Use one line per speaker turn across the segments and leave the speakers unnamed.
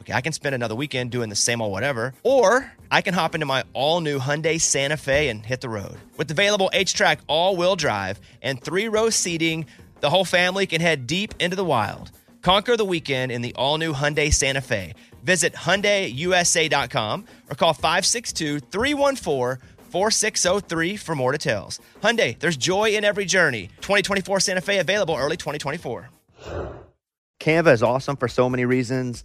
Okay, I can spend another weekend doing the same old whatever, or I can hop into my all new Hyundai Santa Fe and hit the road. With available H track all wheel drive and three row seating, the whole family can head deep into the wild. Conquer the weekend in the all new Hyundai Santa Fe. Visit HyundaiUSA.com or call 562 314 4603 for more details. Hyundai, there's joy in every journey. 2024 Santa Fe available early 2024.
Canva is awesome for so many reasons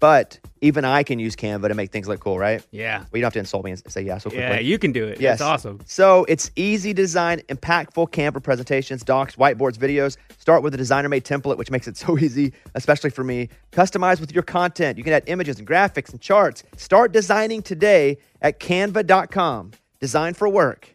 But even I can use Canva to make things look cool, right?
Yeah.
Well, you don't have to insult me and say yeah so quickly.
Yeah, you can do it.
Yes.
It's awesome.
So it's easy design, impactful Canva presentations, docs, whiteboards, videos. Start with a designer made template, which makes it so easy, especially for me. Customize with your content. You can add images and graphics and charts. Start designing today at canva.com. Design for work.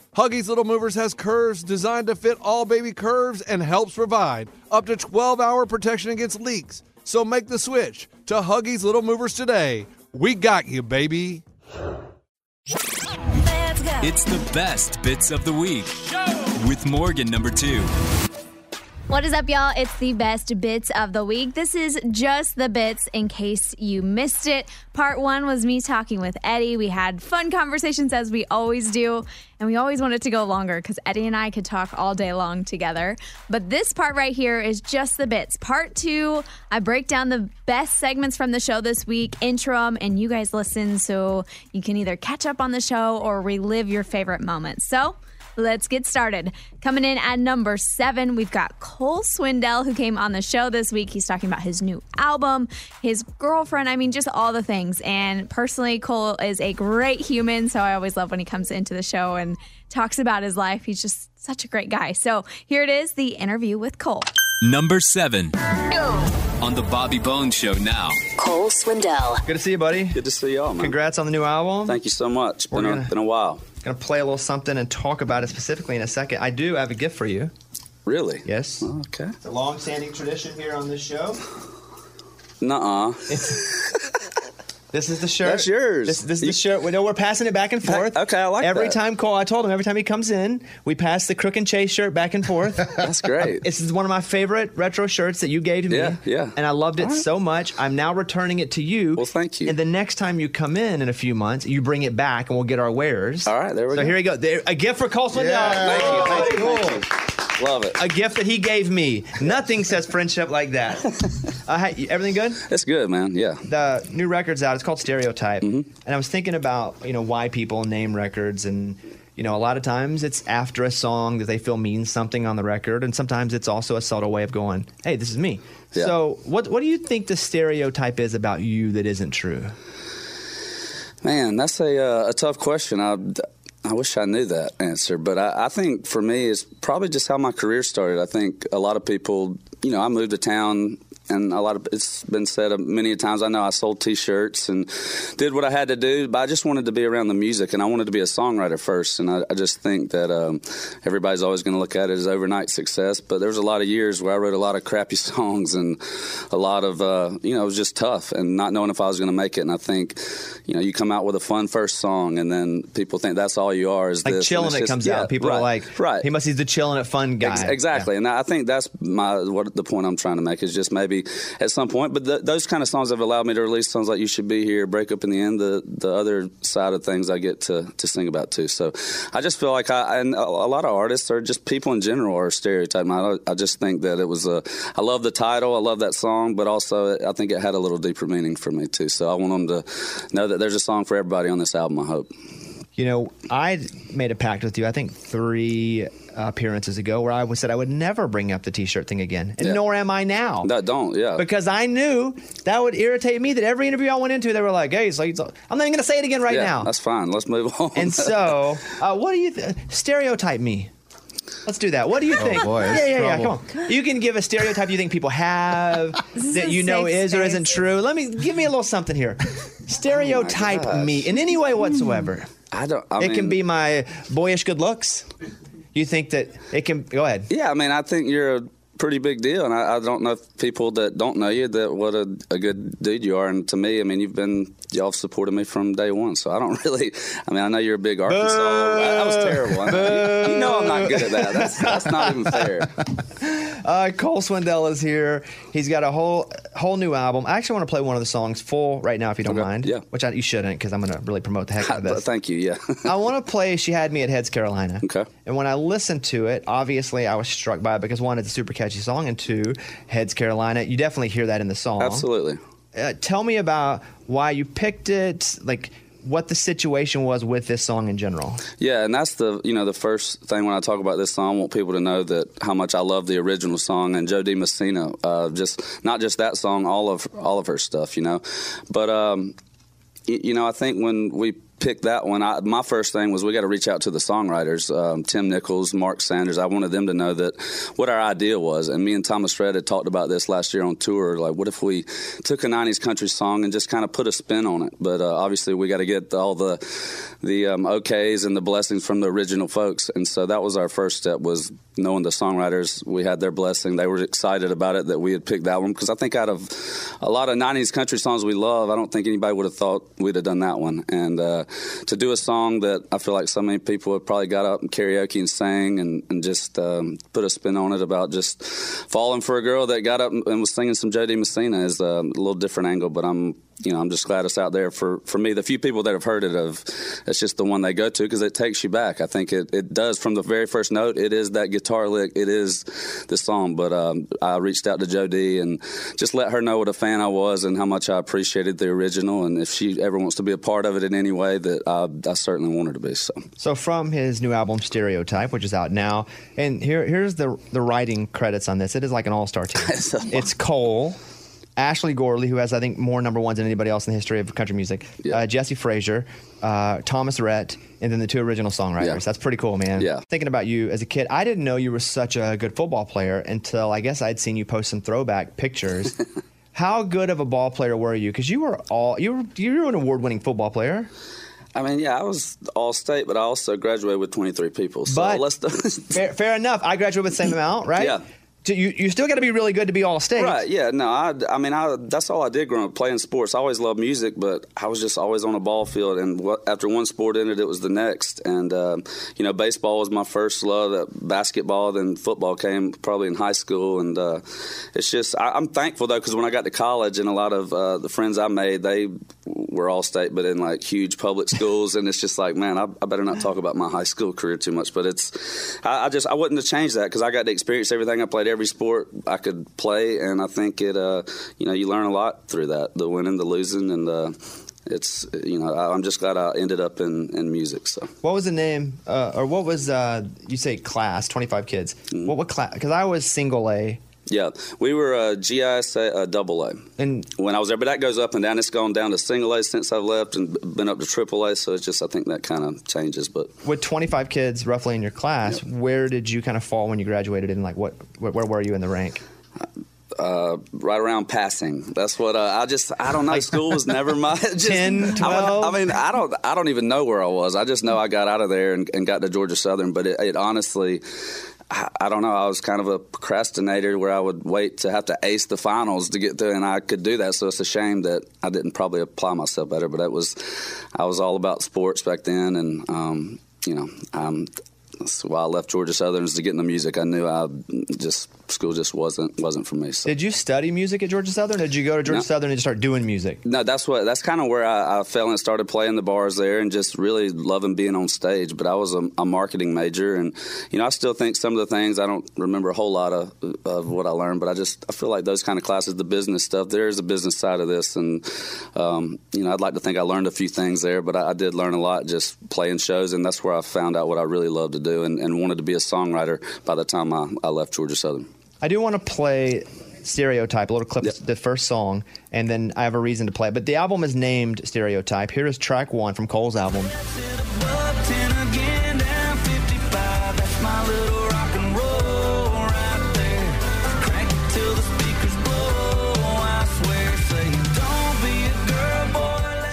Huggies Little Movers has curves designed to fit all baby curves and helps provide up to 12 hour protection against leaks. So make the switch to Huggies Little Movers today. We got you, baby.
Let's go.
It's the best bits of the week with Morgan number two.
What is up, y'all? It's the best bits of the week. This is just the bits in case you missed it. Part one was me talking with Eddie. We had fun conversations as we always do, and we always wanted to go longer because Eddie and I could talk all day long together. But this part right here is just the bits. Part two, I break down the best segments from the show this week, intro 'em, and you guys listen so you can either catch up on the show or relive your favorite moments. So, Let's get started. Coming in at number seven, we've got Cole Swindell, who came on the show this week. He's talking about his new album, his girlfriend, I mean, just all the things. And personally, Cole is a great human, so I always love when he comes into the show and talks about his life. He's just such a great guy. So here it is the interview with Cole.
Number seven. On the Bobby Bones Show now.
Cole Swindell.
Good to see you, buddy.
Good to see y'all, man.
Congrats on the new album.
Thank you so much. Been,
gonna-
a, been a while.
Gonna play a little something and talk about it specifically in a second. I do have a gift for you.
Really?
Yes.
Okay.
It's a long-standing tradition here on this show.
Nuh-uh.
This is the shirt.
That's yours.
This, this is
You-
the shirt. We know we're passing it back and forth.
Okay, I like
every
that.
time Cole. I told him every time he comes in, we pass the crook and chase shirt back and forth.
That's great.
this is one of my favorite retro shirts that you gave to me.
Yeah, yeah.
And I loved it so much. I'm now returning it to you.
Well, thank you.
And the next time you come in in a few months, you bring it back, and we'll get our wearers.
All right, there we
so
go.
here you go. There, a gift for Cole Swindell.
thank you, thank you, thank you. Love it.
A gift that he gave me. Nothing says friendship like that. Uh, hey, everything good?
It's good, man. Yeah.
the new record's out. It's called Stereotype,
Mm-hmm.
and I was thinking about you know why people name records, and you know a lot of times it's after a song that they feel means something on the record, and sometimes it's also a subtle way of going, "Hey, this is me."
Yeah.
So, what what do you think the stereotype is about you that isn't true?
Man, that's a uh, a tough question. I I wish I knew that answer, but I, I think for me, it's probably just how my career started. I think a lot of people, you know, I moved to town and a lot of it's been said many times. I know I sold T-shirts and did what I had to do, but I just wanted to be around the music and I wanted to be a songwriter first. And I, I just think that um, everybody's always going to look at it as overnight success, but there was a lot of years where I wrote a lot of crappy songs and a lot of uh, you know it was just tough and not knowing if I was going to make it. And I think you know you come out with a fun first song and then people think that's all you are is
Like
this.
chilling,
And
it
it's just-
comes
yeah,
out. People are
right,
like,
right.
He must. He's the chilling it fun guy.
Ex- exactly, and I think that's my what the point I'm trying to make is just maybe at some point. But th those kind of songs have allowed me to release songs like "You Should Be Here," "Break Up in the End," the the other side of things I get to to sing about too. So I just feel like I and a, a lot of artists or just people in general are stereotyped. And I, I just think that it was a I love the title, I love that song, but also I think it had a little deeper meaning for me too. So I want them to know that there's a song for everybody on this album. I hope.
You know, I made a pact with you. I think three appearances ago, where I said I would never bring up the T-shirt thing again, and
Yeah.
nor am I now.
No, don't yeah.
because I knew that would irritate me. That every interview I went into, they were like, "Hey, so you- so-" I'm not even going to say it again right
yeah,
now."
that's fine. Let's move on.
And so, uh, what do you th- stereotype me? Let's do that. What do you
Oh,
think?
boy,
yeah,
it's
yeah, yeah.
trouble.
Come on. You can give a stereotype you think people have
is
that
a
you know
safe
is or
space.
isn't true. Let me give me a little something here. Stereotype
Oh gosh.
me in any way whatsoever.
I don't. I
it
mean,
can be my boyish good looks. You think that it can? Go ahead.
Yeah, I mean, I think you're a pretty big deal, and I, I don't know if people that don't know you that what a, a good dude you are. And to me, I mean, you've been y'all have supported me from day one, so I don't really. I mean, I know you're a big Arkansas. I, I was terrible. I know, you, you know, I'm not good at that. That's, that's not even fair.
Uh, Cole Swindell is here. He's got a whole whole new album. I actually want to play one of the songs full right now, if you don't
Okay,
mind.
yeah.
Which I, you shouldn't, because I'm going to really promote the heck out of this.
Thank you. Yeah.
I want to play She Had Me at Heads Carolina.
Okay.
And when I listened to it, obviously I was struck by it because one, it's a super catchy song, and two, Heads Carolina. You definitely hear that in the song.
Absolutely.
Uh, tell me about why you picked it, like what the situation was with this song in general.
Yeah, and that's the you know the first thing when I talk about this song, I want people to know that how much I love the original song and Joe D. Messina, uh, just not just that song, all of all of her stuff, you know. But um, y- you know, I think when we picked that one, I, my first thing was we got to reach out to the songwriters, um, Tim Nichols, Mark Sanders. I wanted them to know that what our idea was. And me and Thomas Red had talked about this last year on tour. Like, what if we took a '90s country song and just kind of put a spin on it? But uh, obviously, we got to get all the the um, OKs and the blessings from the original folks. And so that was our first step was knowing the songwriters. We had their blessing. They were excited about it that we had picked that one because I think out of a lot of '90s country songs we love, I don't think anybody would have thought we'd have done that one. And uh, to do a song that I feel like so many people have probably got up and karaoke and sang and, and just um, put a spin on it about just falling for a girl that got up and and was singing some Jody Messina is um, a little different angle, but I'm you know, I'm just glad it's out there for, for me. The few people that have heard it, of it's just the one they go to because it takes you back. I think it, it does from the very first note. It is that guitar lick. It is the song. But um, I reached out to Jodie and just let her know what a fan I was and how much I appreciated the original. And if she ever wants to be a part of it in any way, that I, I certainly want her to be. So
So from his new album Stereotype, which is out now, and here here's the the writing credits on this. It is like an all star team.
It's a lot.
it's Cole, Ashley Gorley, who has I think more number ones than anybody else in the history of country music.
Yeah.
Uh, Jesse Frazier, uh, Thomas Rhett, and then the two original songwriters.
Yeah.
That's pretty cool, man.
Yeah.
Thinking about you as a kid, I didn't know you were such a good football player until I guess I'd seen you post some throwback pictures. How good of a ball player were you? Because you were all you were you were an award winning football player.
I mean, yeah, I was all state, but I also graduated with 23 people. So
But-
let's.
fair, fair enough. I graduated with the same amount, right?
Yeah.
So you, you still got to be really good to be all state.
Right. Yeah. No. I. I mean, I. That's all I did growing up playing sports. I always loved music, but I was just always on a ball field. And what, after one sport ended, it was the next. And um, you know, baseball was my first love. Uh, basketball, then football came probably in high school. And uh, it's just I, I'm thankful though because when I got to college, and a lot of uh, the friends I made, they were all state, but in like huge public schools. and it's just like, man, I, I better not talk about my high school career too much. But it's, I, I just I wouldn't have changed that because I got to experience everything. I played every sport I could play, and I think it, uh, you know, you learn a lot through that, the winning, the losing, and. Uh, it's you know I, I'm just glad I ended up in, in music. So
What was the name, uh, or what was uh, you say class? Twenty five kids.
Mm.
What what class? Because I was single A,
yeah, we were uh, GISA uh, double A.
and
when I was there, but that goes up and down. It's gone down to single A since I've left and been up to triple A. So it's just I think that kind of changes. But
with twenty five kids roughly in your class, where did you kind of fall when you graduated? And like what, where, where were you in the rank?
uh, right around passing. That's what uh, I just I don't know. School was never my just,
10,
I mean- I,
12.
mean, I don't I don't even know where I was. I just know I got out of there and, and got to Georgia Southern. But it, it honestly. I I don't know. I was kind of a procrastinator where I would wait to have to ace the finals to get through, and I could do that. So it's a shame that I didn't probably apply myself better. But it was, I was all about sports back then, and um, you know, um, that's why I left Georgia Southern is to get into music. I knew I just school just wasn't wasn't for me. So.
Did you study music at Georgia Southern? Or did you go to Georgia
No.
Southern and just start doing music?
No, that's what that's kind of where I, I fell and started playing the bars there, and just really loving being on stage. But I was a, a marketing major, and you know I still think some of the things I don't remember a whole lot of of what I learned, but I just I feel like those kind of classes, the business stuff, there is a business side of this, and um, you know I'd like to think I learned a few things there, but I, I did learn a lot just playing shows, and that's where I found out what I really loved to do, and, and wanted to be a songwriter by the time I, I left Georgia Southern.
I do want to play Stereotype, a little clip,
Yep.
the first song, and then I have a reason to play. it. But the album is named Stereotype. Here is track one from Cole's album.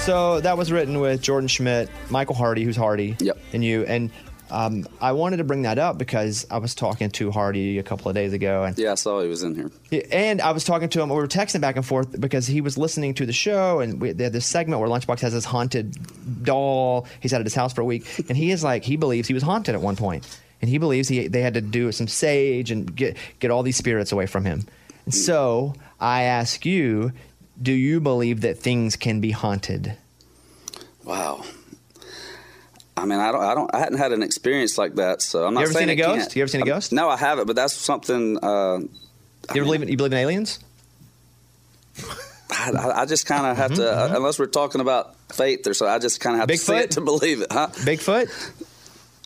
So that was written with Jordan Schmidt, Michael Hardy, who's Hardy,
Yep.
and you. And um, I wanted to bring that up because I was talking to Hardy a couple of days ago, and
Yeah, I saw he was in here.
yeah, And I was talking to him. We were texting back and forth because he was listening to the show, and we, they had this segment where Lunchbox has this haunted doll. He's out at his house for a week, and he is like he believes he was haunted at one point, and he believes he they had to do some sage and get get all these spirits away from him. And so I ask you, do you believe that things can be haunted?
Wow. I mean, I don't, I don't, I hadn't had an experience like that, so I'm not
You ever
saying
seen a
it
ghost?
can't.
You ever seen a
Um,
ghost?
no, I haven't, but that's something. Uh,
You ever believe in, you believe in aliens?
I, I- I just kind of
Mm-hmm,
have to, unless we're talking about faith or so. I just kind of have to see
Bigfoot?
it to believe it, huh?
Bigfoot?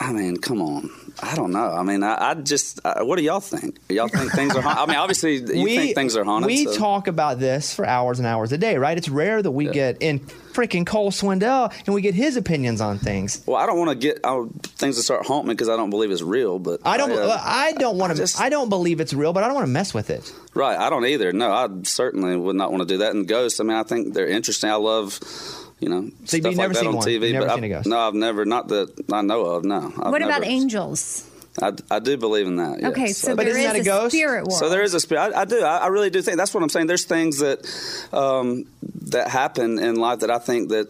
I mean, come on. I don't know. I mean, I, I just. I, what do y'all think? Y'all think things are haunted? I mean, obviously, you think things are haunted.
We
so-
talk about this for hours and hours a day, right? It's rare that we get in freaking Cole Swindell and we get his opinions on things.
Well, I don't want to get uh, things to start haunting me because I don't believe it's real. But
I don't.
uh,
I don't want to.
just-
I don't believe it's real, but I don't want to mess with it.
Right, I don't either. No, I certainly would not want to do that. And ghosts, I mean, I think they're interesting. I love, you know,
So you've
stuff
never
like that
seen
on
one?
TV.
You've never
but
seen a
I've,
ghost?
No, I've never. Not that I know of. No. I've
What about
never-
angels?
I, I do believe in that.
Okay,
yes.
so
But
there
isn't
is
that a ghost?
spirit world.
So there is a spirit. I, I do. I, I really do think that's what I'm saying. There's things that um, that happen in life that I think that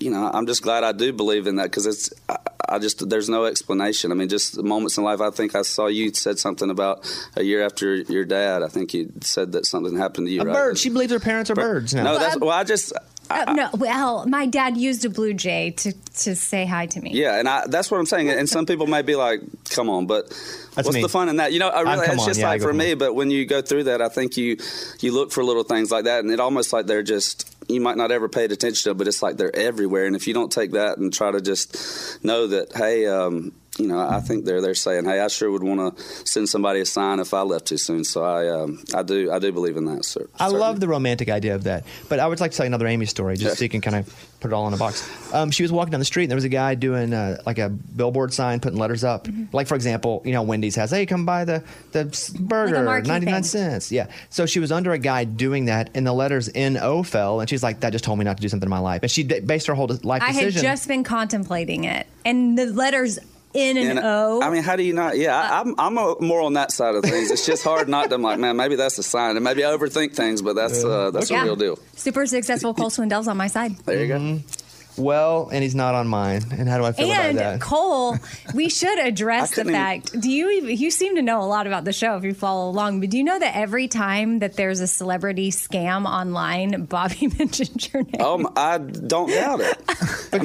you know. I'm just glad I do believe in that because it's. I, I just there's no explanation. I mean, just moments in life. I think I saw you said something about a year after your dad. I think you said that something happened to you.
A
right?
bird. She believes her parents are birds now.
No, that's well. I just.
Uh, no, well, my dad used a blue jay to, to say hi to me.
Yeah, and I, that's what I'm saying. And some people may be like, "Come on," but
That's
what's
me.
the fun in that? You know, I really,
come
it's
on,
just
yeah, I
like
go,
for
"Come
me.
on."
But when you go through that, I think you you look for little things like that, and it almost like they're just you might not ever paid attention to, but it's like they're everywhere. And if you don't take that and try to just know that, hey. um, you know, I think they're they're saying, "Hey, I sure would want to send somebody a sign if I left too soon." So I, um, I do, I do believe in that. Sir,
I love
certainly.
the romantic idea of that. But I would like to tell you another Amy story, just so you can kind of put it all in a box. Um, she was walking down the street, and there was a guy doing uh, like a billboard sign, putting letters up.
Mm-hmm.
Like for example, you know, Wendy's has, "Hey, come buy the the s- burger,
marquee
ninety nine
thing.
cents." Yeah. So she was under a guy doing that, and the letters N O fell, and she's like, "That just told me not to do something in my life," and she d- based her whole de- life
I had
decision.
just been contemplating it, and the letters N and,
And, uh,
O.
I mean, how do you not? Yeah, I, I'm I'm a, more on that side of things. It's just hard not to. I'm like, man, maybe that's a sign, and maybe I overthink things, but that's uh, that's
Yeah.
a real deal.
Super successful Cole Swindell's on my side.
There you go.
Mm-hmm. well, and he's not on mine. And how do I feel about that?
And Cole, we should
I
address the
couldn't even-
fact. Do you even, you seem to know a lot about the show if you follow along, but do you know that every time that there's a celebrity scam online, Bobby mentions your name?
Um, I don't doubt it. I mean,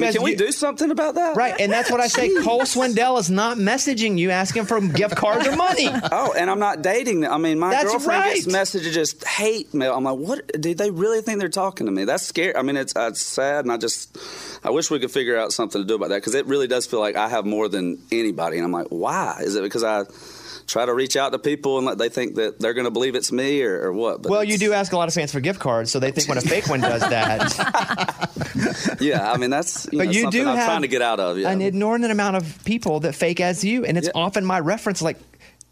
Because
can we
you-
do something about that?
Right, and that's what I say. Cole Swindell is not messaging you asking for gift cards or money.
Oh, and I'm not dating. them. I mean, my
That's
girlfriend
right.
gets messages just hate mail. I'm like, what? Did they really think they're talking to me? That's scary. I mean, it's, uh, it's sad, and I just, I wish we could figure out something to do about that because it really does feel like I have more than anybody. And I'm like, why? Is it because I try to reach out to people and let they think that they're going to believe it's me or, or what? But
Well, you
it's-
do ask a lot of fans for gift cards, so they think when a fake one does that.
Yeah, I mean, that's you
But
know,
you
something
do
I'm
have
trying to get out of. Yeah.
an inordinate amount of people that fake as you, and it's
Yeah.
often my reference. Like,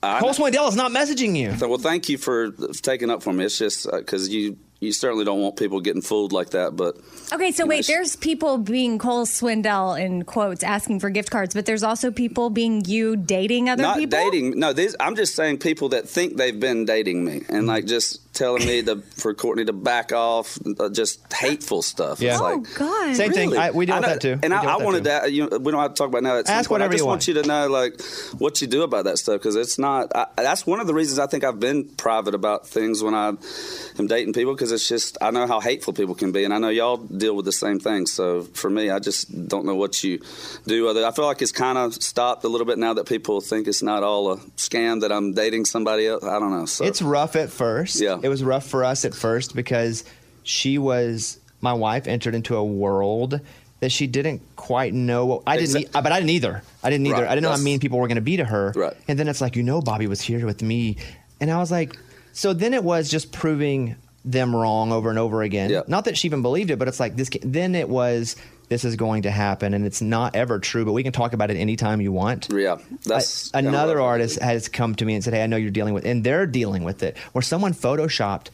I-
Cole Swindell is not messaging you.
So, well, thank you for taking up for me. It's just because you you certainly don't want people getting fooled like that. But
Okay, so wait, there's people being Cole Swindell in quotes asking for gift cards, but there's also people being you dating other
not
people.
dating. No, these I'm just saying people that think they've been dating me and like just telling me to for Courtney to back off, uh, just hateful stuff.
Yeah.
It's
Oh,
like,
God.
Same thing.
Really?
I, we deal
I
with
know-
that too. We
And
deal
I,
with
I
that
wanted
too.
that. You know, we don't have to talk about it now. at some
Ask
point. I
whatever
just
you
want
want.
you to know, like, what you do about that stuff because it's not. I, that's one of the reasons I think I've been private about things when I am dating people because it's just I know how hateful people can be, and I know y'all deal with the same thing. So for me, I just don't know what you do. Other, I feel like it's kind of stopped a little bit now that people think it's not all a scam that I'm dating somebody else. I don't know. So
It's rough at first.
Yeah.
It was rough for us at first because she was my wife entered into a world that she didn't quite know what I didn't
Exact-
e- but I didn't either. I didn't either.
Right,
I didn't know how
that's-
mean people were gonna be to her.
Right.
And then it's like, you know Bobby was here with me. And I was like so then it was just proving them wrong over and over again.
Yeah.
Not that she even believed it, but it's like this ca- then it was this is going to happen and it's not ever true, but we can talk about it anytime you want.
yeah, that's
A-
kinda
another
what I-
artist has come to me and said, "Hey, I know you're dealing with," and they're dealing with it. Where someone photoshopped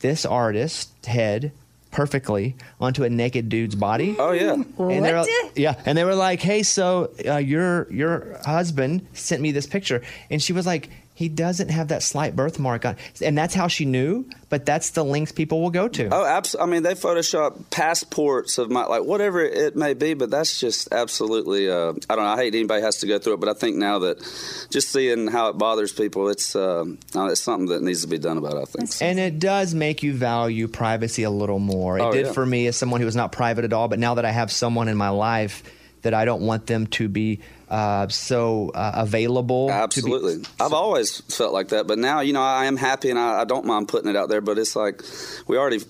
this artist's head perfectly onto a naked dude's body.
Oh yeah.
And they're
What?
yeah, and they were like, "Hey, so uh, your your husband sent me this picture," and she was like, "He doesn't have that slight birthmark on," and that's how she knew. But that's the links people will go to.
Oh, abs- I mean, they Photoshop passports of my like whatever it may be, but that's just absolutely. Uh, I don't know. I hate anybody has to go through it, but I think now that just seeing how it bothers people, it's uh, no, it's something that needs to be done about. I think.
And it does make you value privacy a little more. It
Oh,
did
yeah.
for me as someone who was not private at all, but now that I have someone in my life that I don't want them to be uh, so uh, available. to be-
Absolutely. I've always felt like that, but now, you know, I am happy and I, I don't mind putting it out there, but it's like we already,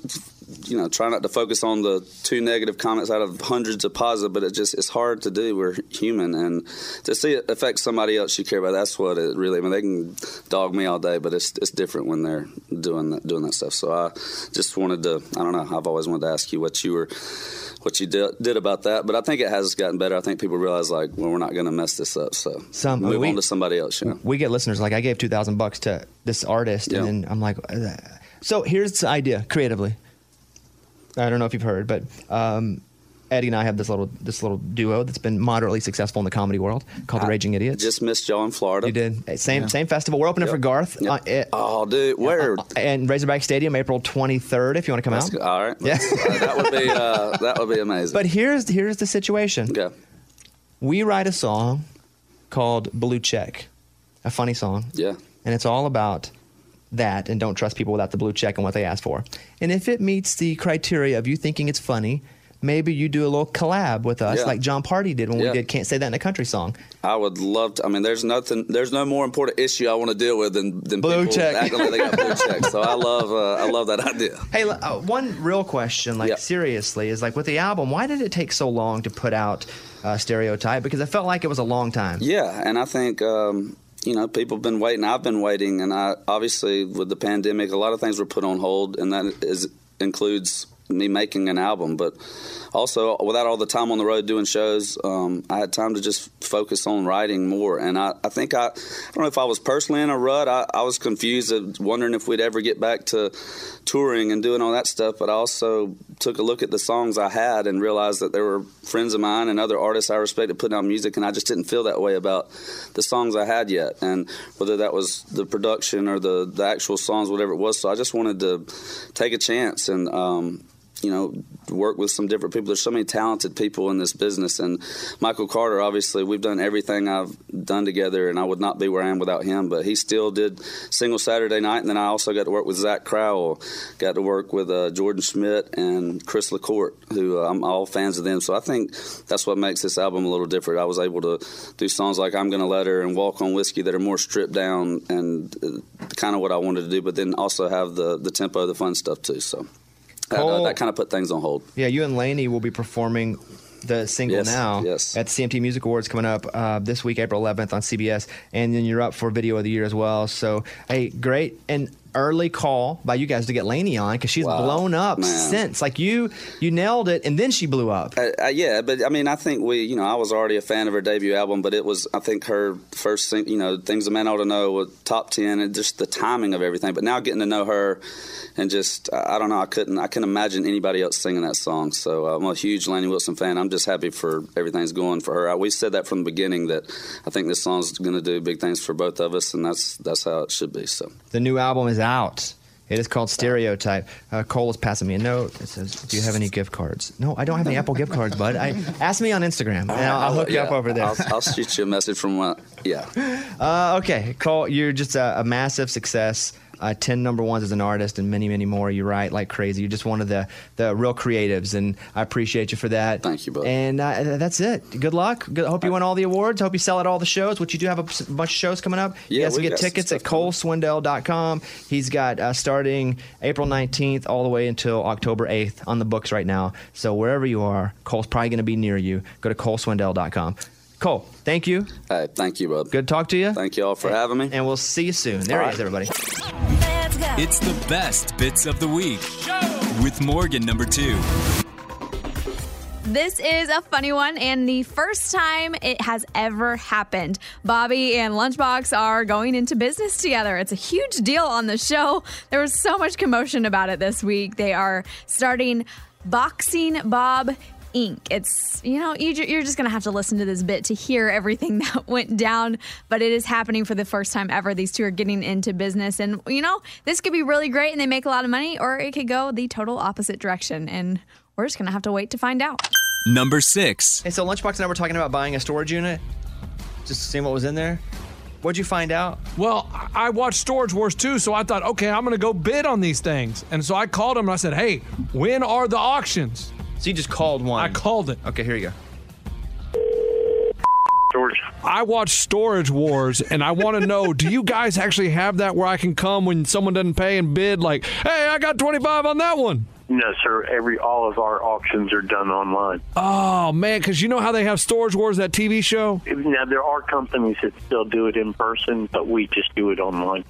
you know, try not to focus on the two negative comments out of hundreds of positive, but it just, it's hard to do. We're human and to see it affect somebody else you care about, that's what it really, I mean, they can dog me all day, but it's, it's different when they're doing that, doing that stuff. So I just wanted to, I don't know, I've always wanted to ask you what you were, what you did, did about that, but I think it has gotten better. I think people realize like, well, we're not going to mess this up. So
Some- oh,
move
we-
on to somebody else, you know.
we get listeners like I gave two thousand bucks to this artist,
Yeah.
and then I'm like, uh, so here's the idea creatively. I don't know if you've heard, but um, Eddie and I have this little this little duo that's been moderately successful in the comedy world called the Raging Idiots.
Just missed y'all in Florida.
you did same same festival. We're opening
Yep.
for Garth
Yep.
uh, it- uh,
oh, dude, where?
and Razorback Stadium, April 23rd. If you want to come
That's
out,
good. All right.
Yeah.
Uh, that would be uh, that would be amazing.
But here's here's the situation.
okay.
We write a song called Blue Check, a funny song.
Yeah.
And it's all about that and don't trust people without the blue check and what they ask for. And if it meets the criteria of you thinking it's funny, maybe you do a little collab with us
Yeah.
like John Party did when
Yeah.
we did Can't Say That in a Country song.
I would love to. I mean, there's nothing. There's no more important issue I want to deal with than, than
Blue
people
check.
acting like they got blue checks. So I love uh, I love that idea.
Hey, l- uh, one real question, like
Yeah.
seriously, is like with the album, why did it take so long to put out uh, Stereotype? Because I felt like it was a long time.
Yeah, and I think um, you know people have been waiting. I've been waiting, and I obviously with the pandemic, a lot of things were put on hold, and that is includes me making an album, but also without all the time on the road doing shows, um, I had time to just focus on writing more. And I, I think I, I don't know if I was personally in a rut. I, I was confused, of wondering if we'd ever get back to touring and doing all that stuff. But I also took a look at the songs I had and realized that there were friends of mine and other artists I respected putting out music, and I just didn't feel that way about the songs I had yet. And whether that was the production or the, the actual songs, whatever it was. So I just wanted to take a chance and, um, you know, work with some different people. There's so many talented people in this business. And Michael Carter, obviously, we've done everything I've done together, and I would not be where I am without him. But he still did single Saturday night. And then I also got to work with Zach Crowell, got to work with uh, Jordan Schmidt and Chris LaCourte, who uh, I'm all fans of them. So I think that's what makes this album a little different. I was able to do songs like I'm Gonna Let Her and Walk on Whiskey that are more stripped down and uh, kind of what I wanted to do, but then also have the, the tempo, the fun stuff too. So. That, uh,
Cole-
that kind of put things on hold.
Yeah, you and Lainey will be performing the single
Yes,
now
yes.
at the CMT Music Awards coming up uh, this week, April 11th on CBS, and then you're up for Video of the Year as well. So, hey, great! And early call by you guys to get Lainey on because she's
Wow,
blown up
man.
since. Like you, you nailed it, and then she blew up.
Uh, uh, yeah, but I mean, I think we, you know, I was already a fan of her debut album, but it was, I think, her first, thing, you know, things a man ought to know, with top ten, and just the timing of everything. But now getting to know her, and just, I I don't know, I couldn't, I couldn't imagine anybody else singing that song. So uh, I'm a huge Laney Wilson fan. I'm just happy for everything's going for her. I, we said that from the beginning that I think this song's going to do big things for both of us, and that's that's how it should be. So.
The new album is out. It is called Stereotype. Uh, Cole is passing me a note. It says, "Do you have any gift cards?" No, I don't have any Apple gift cards, bud. I ask me on Instagram, and I'll, I'll hook you up
Yeah,
over there.
I'll, I'll shoot you a message from what? Yeah.
Uh, okay, Cole, you're just a, a massive success. Uh, Ten number ones as an artist, and many, many more. You write like crazy. You're just one of the the real creatives, and I appreciate you for that.
Thank you, bud.
And uh, that's it. Good luck. Good, hope you win all the awards. Hope you sell at all the shows, which you do have a s- bunch of shows coming up. you
Yeah,
guys can get
we've got some
tickets at
stuff coming.
coleswindell.com. He's got uh, starting April 19th all the way until October 8th on the books right now. So wherever you are, Cole's probably going to be near you. Go to coleswindell.com. Cole, thank you.
Hey, thank you, bud.
Good to talk to you.
Thank you all for having me.
And we'll see you soon. There
All
it
right.
is, everybody.
Let's go.
It's the best bits of the week with Morgan number two.
This is a funny one, and the first time it has ever happened. Bobby and Lunchbox are going into business together. It's a huge deal on the show. There was so much commotion about it this week. They are starting Boxing Bob. Inc. It's, you know, you, ju- you're just going to have to listen to this bit to hear everything that went down, but it is happening for the first time ever. These two are getting into business, and, you know, this could be really great and they make a lot of money, or it could go the total opposite direction. And we're just going to have to wait to find out.
Number six.
Hey, so Lunchbox and I were talking about buying a storage unit, just seeing what was in there. What'd you find out?
Well, I- I watched Storage Wars too, so I thought, okay, I'm gonna go bid on these things. And so I called him and I said, hey, when are the auctions?
So you just called one.
I called it.
Okay, here you go.
George.
I watched Storage Wars and I want to know do you guys actually have that where I can come when someone doesn't pay and bid, like, hey, I got 25 on that one?
No, sir. Every all of our auctions are done online.
Oh, man, because you know how they have Storage Wars, that TV show?
Now there are companies that still do it in person, but we just do it online.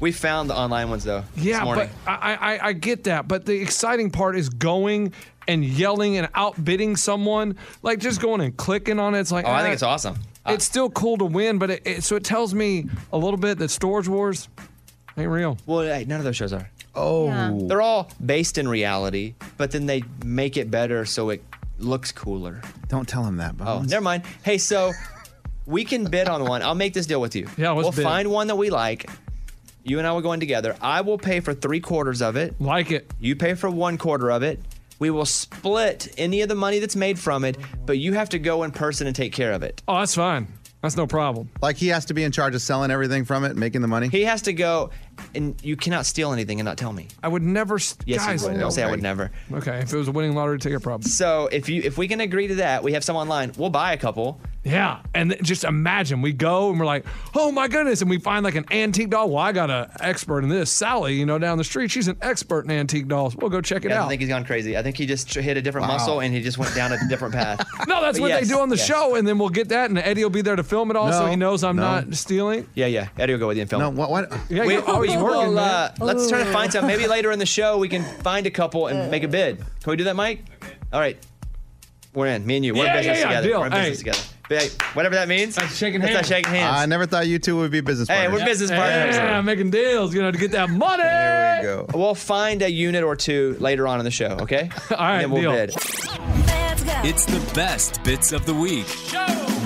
We found the online ones though.
Yeah,
this morning.
but I, I, I get that. But the exciting part is going and yelling and outbidding someone, like just going and clicking on it. It's like,
oh, I
ah,
think it's awesome.
It's still cool to win, but it, it, so it tells me a little bit that Storage Wars ain't real.
Well, hey, none of those shows are.
Oh,
They're all based in reality, but then they make it better so it looks cooler.
Don't tell him that,
Oh,
Bob.
never mind. Hey, so we can bid on one. I'll make this deal with you.
Yeah, let's
we'll
bid.
find one that we like. You and I will go in together. I will pay for three quarters of it.
like it.
You pay for one quarter of it. We will split any of the money that's made from it, but you have to go in person and take care of it.
Oh, that's fine. That's no problem.
Like he has to be in charge of selling everything from it, making the money.
He has to go, and you cannot steal anything and not tell me.
I would never. s-
Yes,
guys,
you would. Don't say I would
okay.
never.
Okay, if it was a winning lottery ticket, problem.
So if you if we can agree to that, we have some online. We'll buy a couple.
Yeah, and th- just imagine we go and we're like, oh my goodness, and we find like an antique doll. Well, I got an expert in this, Sally. You know, down the street, she's an expert in antique dolls. We'll go check it
I
out.
don't think he's gone crazy. I think he just hit a different muscle and he just went down a different path.
no, that's
But
what
yes,
they do on the
yes.
show, and then we'll get that, and Eddie will be there to film it all, so
No,
he knows I'm
no.
not stealing.
Yeah, yeah. Eddie will go with you and film.
no, what? what?
Yeah,
Wait,
you're always
well,
working, man.
uh, let's try to find some. Maybe later in the show we can find a couple and make a bid. Can we do that, Mike? All right. We're in. Me and you. We're in
Yeah,
business
yeah, yeah,
together.
deal.
We're in business
Hey.
together. But, hey, whatever that means.
That's shaking
That's
hands.
not shaking hands.
I never thought you two would be business
Hey,
partners.
we're business partners.
Yeah, making deals, you know, to get that money. There
There we go.
We'll find a unit or two later on in the show, okay? All
right,
and then we'll
deal.
bid.
Let's go.
It's the best bits of the week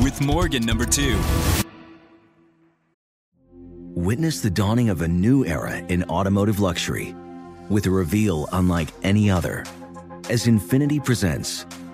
with Morgan number two.
Witness the dawning of a new era in automotive luxury with a reveal unlike any other as Infinity presents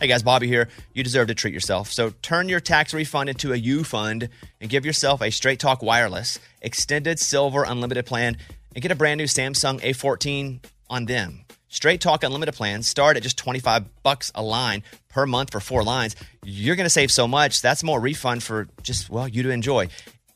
Hey guys, Bobby here. You deserve to treat yourself. So turn your tax refund into a U fund and give yourself a Straight Talk Wireless Extended Silver Unlimited plan and get a brand new Samsung A14 on them. Straight Talk Unlimited plans start at just 25 bucks a line per month for four lines. You're going to save so much. That's more refund for just well, you to enjoy.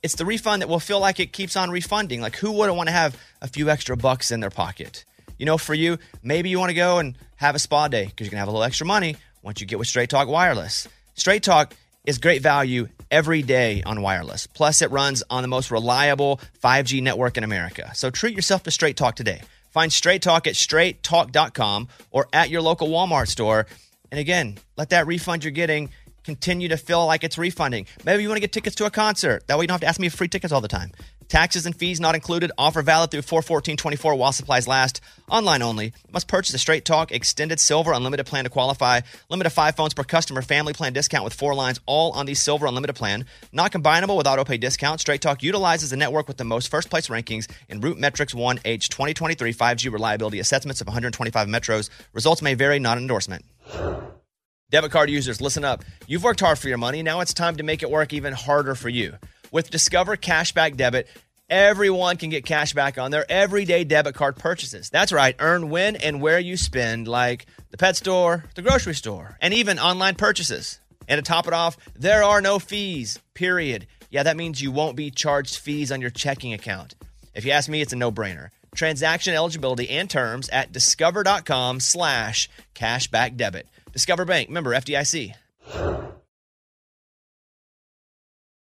It's the refund that will feel like it keeps on refunding. Like who wouldn't want to have a few extra bucks in their pocket? You know, for you, maybe you want to go and have a spa day because you're going to have a little extra money once you get with Straight Talk Wireless. Straight Talk is great value every day on wireless. Plus, it runs on the most reliable 5G network in America. So treat yourself to Straight Talk today. Find Straight Talk at straighttalk.com or at your local Walmart store. And again, let that refund you're getting continue to feel like it's refunding. Maybe you want to get tickets to a concert. That way you don't have to ask me for free tickets all the time. Taxes and fees not included. Offer valid through 41424 while supplies last. Online only. Must purchase a straight talk, extended silver unlimited plan to qualify. Limit of five phones per customer. Family plan discount with four lines all on the silver unlimited plan. Not combinable with auto pay discount. Straight talk utilizes the network with the most first place rankings in Root Metrics 1H 2023 5G reliability assessments of 125 metros. Results may vary, not an endorsement. Debit card users, listen up. You've worked hard for your money. Now it's time to make it work even harder for you. With Discover Cashback Debit, everyone can get cash back on their everyday debit card purchases. That's right, earn when and where you spend, like the pet store, the grocery store, and even online purchases. And to top it off, there are no fees, period. Yeah, that means you won't be charged fees on your checking account. If you ask me, it's a no brainer. Transaction eligibility and terms at discover.com slash cashback debit. Discover Bank, member FDIC.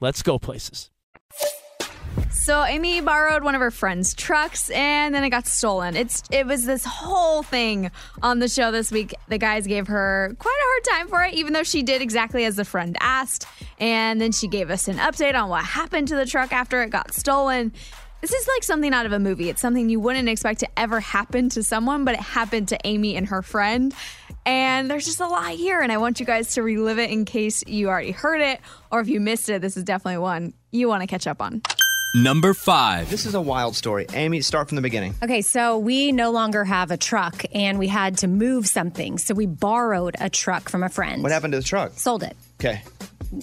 let's go places.
So Amy borrowed one of her friend's trucks and then it got stolen. It's it was this whole thing on the show this week. The guys gave her quite a hard time for it, even though she did exactly as the friend asked. And then she gave us an update on what happened to the truck after it got stolen. This is like something out of a movie. It's something you wouldn't expect to ever happen to someone, but it happened to Amy and her friend. And there's just a lot here, and I want you guys to relive it in case you already heard it or if you missed it. This is definitely one you want to catch up on.
Number five. This is a wild story. Amy, start from the beginning.
Okay, so we no longer have a truck and we had to move something. So we borrowed a truck from a friend.
What happened to the truck?
Sold it.
Okay.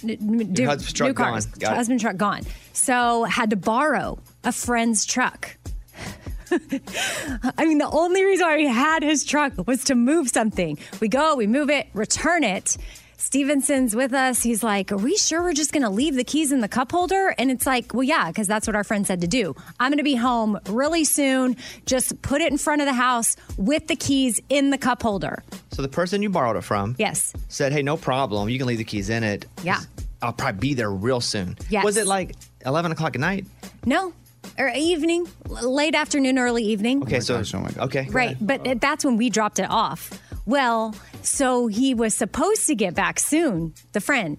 N- n-
Your husband's truck
new car.
gone. Got it.
Husband truck gone. So had to borrow a friend's truck. I mean, the only reason why we had his truck was to move something. We go, we move it, return it. Stevenson's with us. He's like, Are we sure we're just going to leave the keys in the cup holder? And it's like, Well, yeah, because that's what our friend said to do. I'm going to be home really soon. Just put it in front of the house with the keys in the cup holder.
So the person you borrowed it from
Yes.
said, hey, no problem. You can leave the keys in it.
Yeah.
I'll probably be there real soon.
Yes.
Was it like 11 o'clock at night?
No. Or evening, l- late afternoon, early
Oh
evening.
Okay, so. Okay.
Right, but it- that's when we dropped it off. Well, so he was supposed to get back soon, the friend,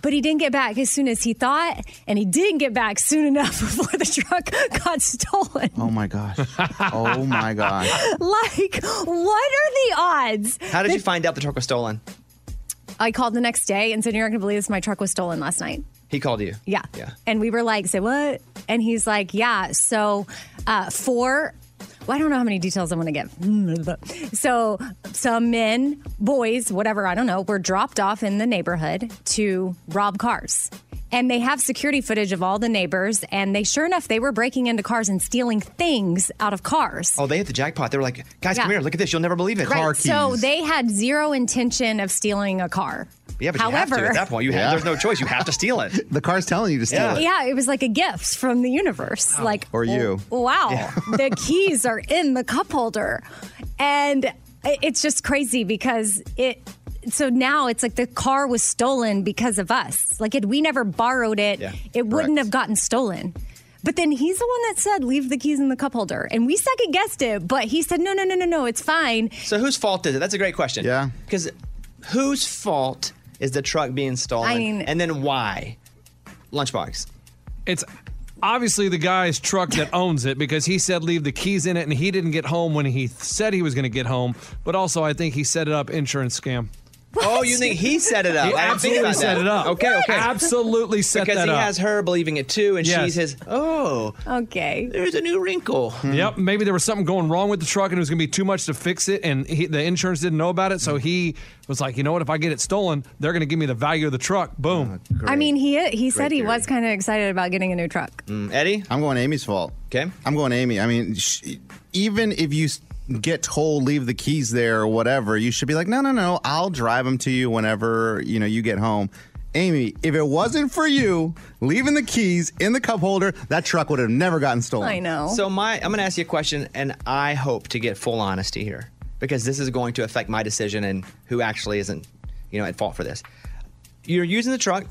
but he didn't get back as soon as he thought, and he didn't get back soon enough before the truck got stolen.
Oh my gosh. Oh my gosh.
Like, what are the odds?
How did you find out the truck was stolen?
I called the next day and said, You're not going to believe this. My truck was stolen last night.
He called you.
Yeah.
Yeah.
And we were like, say what? And he's like, yeah. So uh, four. Well, I don't know how many details I'm going to get. So some men, boys, whatever, I don't know, were dropped off in the neighborhood to rob cars. And they have security footage of all the neighbors. And they, sure enough, they were breaking into cars and stealing things out of cars.
Oh, they hit the jackpot. They were like, guys, come
Yeah.
here. Look at this. You'll never believe it.
Right. So they had zero intention of stealing a car.
yeah, but
However,
you have to at that point. You
Yeah.
have, there's no choice. You have to steal it.
The car's telling you to steal
yeah.
it.
it was like a gift from the universe. Like
Or you.
w- Wow, the keys are in the cup holder, and i- it's just crazy because it. So now it's like the car was stolen because of us. Like if we never borrowed it,
Yeah,
it wouldn't have gotten stolen. But then he's the one that said, "Leave the keys in the cup holder," and we second guessed it. But he said, "No, no, no, no, no, it's fine."
So whose fault is it? That's a great question. Yeah. Because whose fault is the truck being stolen?
I mean-
and then why? Lunchbox.
It's obviously the guy's truck that owns it because he said leave the keys in it and he didn't get home when he said he was going to get home. But also, I think he set it up insurance scam.
Oh, you think he set it up?
He
I didn't think
absolutely
about
set
that.
it up.
Okay, okay.
Absolutely set
because
that
he
up.
has her believing it too, and
Yes.
she says, "Oh,
Okay.
there's a new wrinkle."
Hmm.
Yep, maybe there was something going wrong with the truck and it was going to be too much to fix it, and he, the insurance didn't know about it. So he was like, you know what? If I get it stolen, they're going to give me the value of the truck. Boom.
Ah,
I mean, he he said
Great
he was kind of excited about getting a new truck.
Mm, Eddie?
I'm going Amy's fault.
Okay.
I'm going Amy. I mean, sh- even if you s- get told leave the keys there or whatever, you should be like, no, no, no, I'll drive them to you whenever, you know, you get home. Amy, if it wasn't for you leaving the keys in the cup holder, that truck would have never gotten stolen.
So my, I'm going to ask you a question, and I hope to get full honesty here because this is going to affect my decision and who actually isn't, you know, at fault for this. You're using the truck,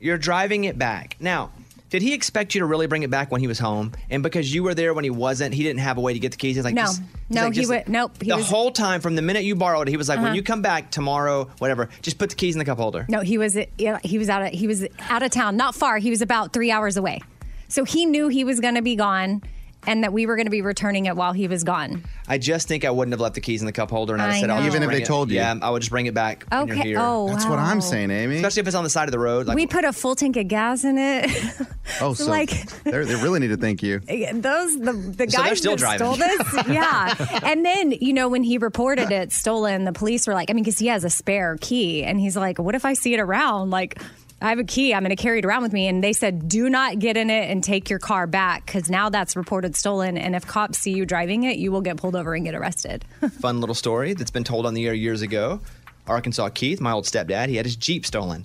you're driving it back. Now, did he expect you to really bring it back when he was home? And because you were there when he wasn't, he didn't have a way to get the keys. He's like,
no,
just- he's
no,
like,
he
just-
would. Nope, he
the
was.
whole time from the minute you borrowed, it, he was like,
Uh-huh.
when you come back tomorrow, whatever, just put the keys in the cup holder.
No, he was yeah, he was out of he was out of town, not far. He was about three hours away, so he knew he was going to be gone, and that we were going to be returning it while he was gone.
I just think I wouldn't have left the keys in the cup holder, and I,
I
said, I'll
know.
just
Even if
bring
they
it-
told you.
yeah, I would just bring it back. When you're
Okay.
here.
Oh, That's what I'm wow.
saying, Amy.
Especially if it's on the side of the road. Like,
we put a full tank of gas in it.
Oh,
So,
so,
like-
they're- they really need to thank you.
Those the the
So they're
guys
still
that
driving.
stole this, yeah. and then you know when he reported it stolen, the police were like, I mean, because he has a spare key, and he's like, what if I see it around? Like, I have a key, I'm going to carry it around with me. And they said, do not get in it and take your car back because now that's reported stolen, and if cops see you driving it, you will get pulled over and get arrested.
fun little story that's been told on the air years ago. Arkansas Keith, my old stepdad, he had his Jeep stolen.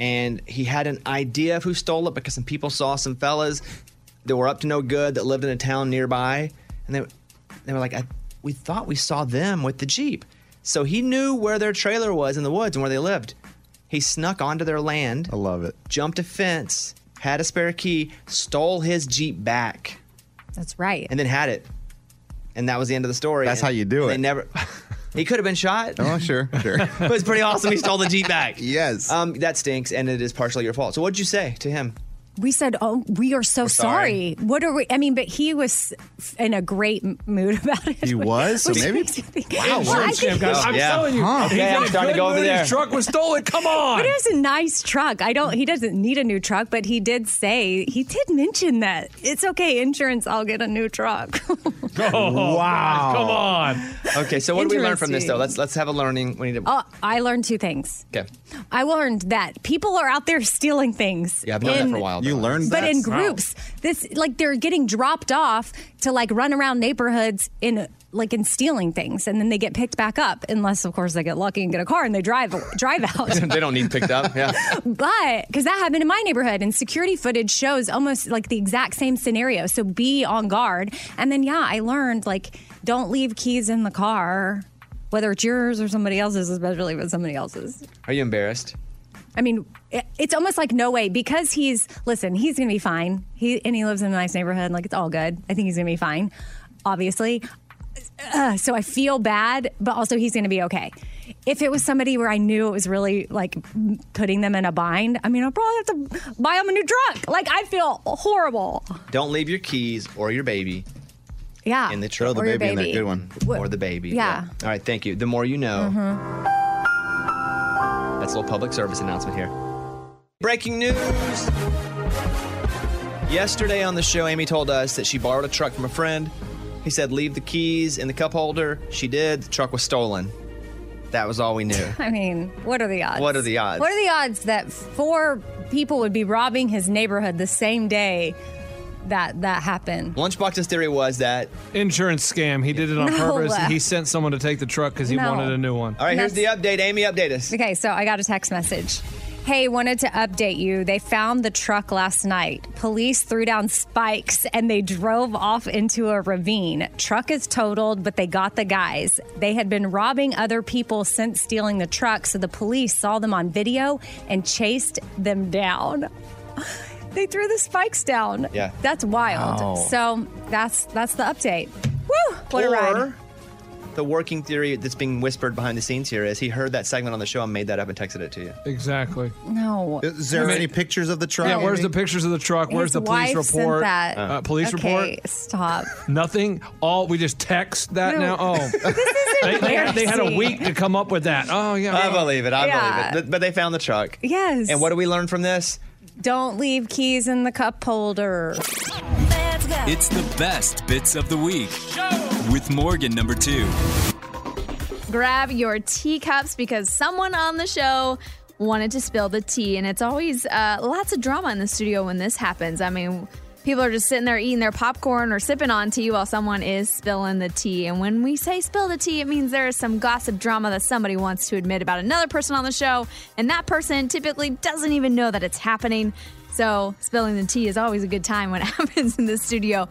And he had an idea of who stole it because some people saw some fellas that were up to no good that lived in a town nearby. And they, they were like, I, we thought we saw them with the Jeep. So he knew where their trailer was in the woods and where they lived. He snuck onto their land. I
love it.
Jumped a fence, had a spare key, stole his Jeep back
That's right.
and then had it. And that was the end of the story.
That's
And
how you do
They
it.
never. He could have been shot.
Oh, sure, sure.
But it's pretty awesome. He stole the Jeep back.
yes.
Um, that stinks, and it is partially your fault. So what'd you say to him?
We said, "Oh, we are so
sorry."
sorry. What are we?" I mean, but he was in a great m- mood about it.
He was? So
Which
maybe-
makes me think-
Wow,
Well, I
Insurance
think
scam, guys.
he-
I'm Yeah. telling you, Huh. he's
Okay, in Oh, I'm a starting to good go over mood. His there. truck
was stolen. Come
But it was a nice truck. I don't. He doesn't need a new truck, but he did say he did mention that it's okay. Insurance. I'll get a new truck.
wow!
Oh, come
on. Okay, so what did we learn from this though?
Interesting.
Let's let's have a learning. We need to.
oh, I learned two things.
Okay.
I learned that people are out there stealing things.
Yeah, I've known that
in-
for a while.
You learned
But
that?
in
Wow.
groups, this like they're getting dropped off to like run around neighborhoods in like in stealing things, and then they get picked back up unless, of course, they get lucky and get a car and they drive drive out.
they don't need picked up. Yeah.
But because that happened in my neighborhood, and security footage shows almost like the exact same scenario. So be on guard. And then, yeah, I learned like don't leave keys in the car, whether it's yours or somebody else's, especially if it's somebody else's.
Are you embarrassed?
I mean, it- it's almost like no way because he's listen. He's gonna be fine. He and he lives in a nice neighborhood. Like it's all good. I think he's gonna be fine. Obviously, uh, so I feel bad, but also he's gonna be okay. If it was somebody where I knew it was really like m- putting them in a bind, I mean, I'll probably have to buy them a new truck. Like I feel horrible.
Don't leave your keys or your baby
Yeah.
in the truck.
Ah. Or your baby. What-
Or the baby.
Yeah.
All right. Thank you. The more you know.
Mhm.
That's a little public service announcement here. Breaking news. Yesterday on the show, Amy told us that she borrowed a truck from a friend. He said, Leave the keys in the cup holder. She did. The truck was stolen. That was all we knew.
I mean, what are the odds?
What are the odds?
What are the odds that four people would be robbing his neighborhood the same day that that happened.
Lunchbox's theory was that
insurance scam. He did it on
No.
purpose. He sent someone to take the truck because he
No.
wanted a new one.
All right, here's the update. Amy, update us.
Okay, so I got a text message. Hey, wanted to update you. They found the truck last night. Police threw down spikes and they drove off into a ravine. Truck is totaled, but they got the guys. They had been robbing other people since stealing the truck, so the police saw them on video and chased them down. They threw the spikes down.
Yeah.
That's wild.
Wow.
So that's that's the update. Woo! What a
Or-
ride.
The working theory that's being whispered behind the scenes here is he heard that segment on the show and made that up and texted it to you.
Exactly.
No.
Is there
I mean-
any pictures of the truck?
Yeah, where's the pictures of the truck? Where's
His
the police
wife sent
report?
that.
Uh, police
okay,
report?
Stop.
Nothing. All we just text that
No.
now. Oh, they, they had, they had a
embarrassing.
week to come up with that. Oh yeah,
I believe it. I
Yeah.
believe it. But- But they found the truck.
Yes.
And what do we learn from this?
Don't leave keys in the cup holder.
It's the best bits of the week with Morgan number two.
grab your teacups because someone on the show wanted to spill the tea. And it's always uh, lots of drama in the studio when this happens. I mean, people are just sitting there eating their popcorn or sipping on tea while someone is spilling the tea. And when we say spill the tea, it means there is some gossip drama that somebody wants to admit about another person on the show. And that person typically doesn't even know that it's happening. So, spilling the tea is always a good time when it happens in the studio.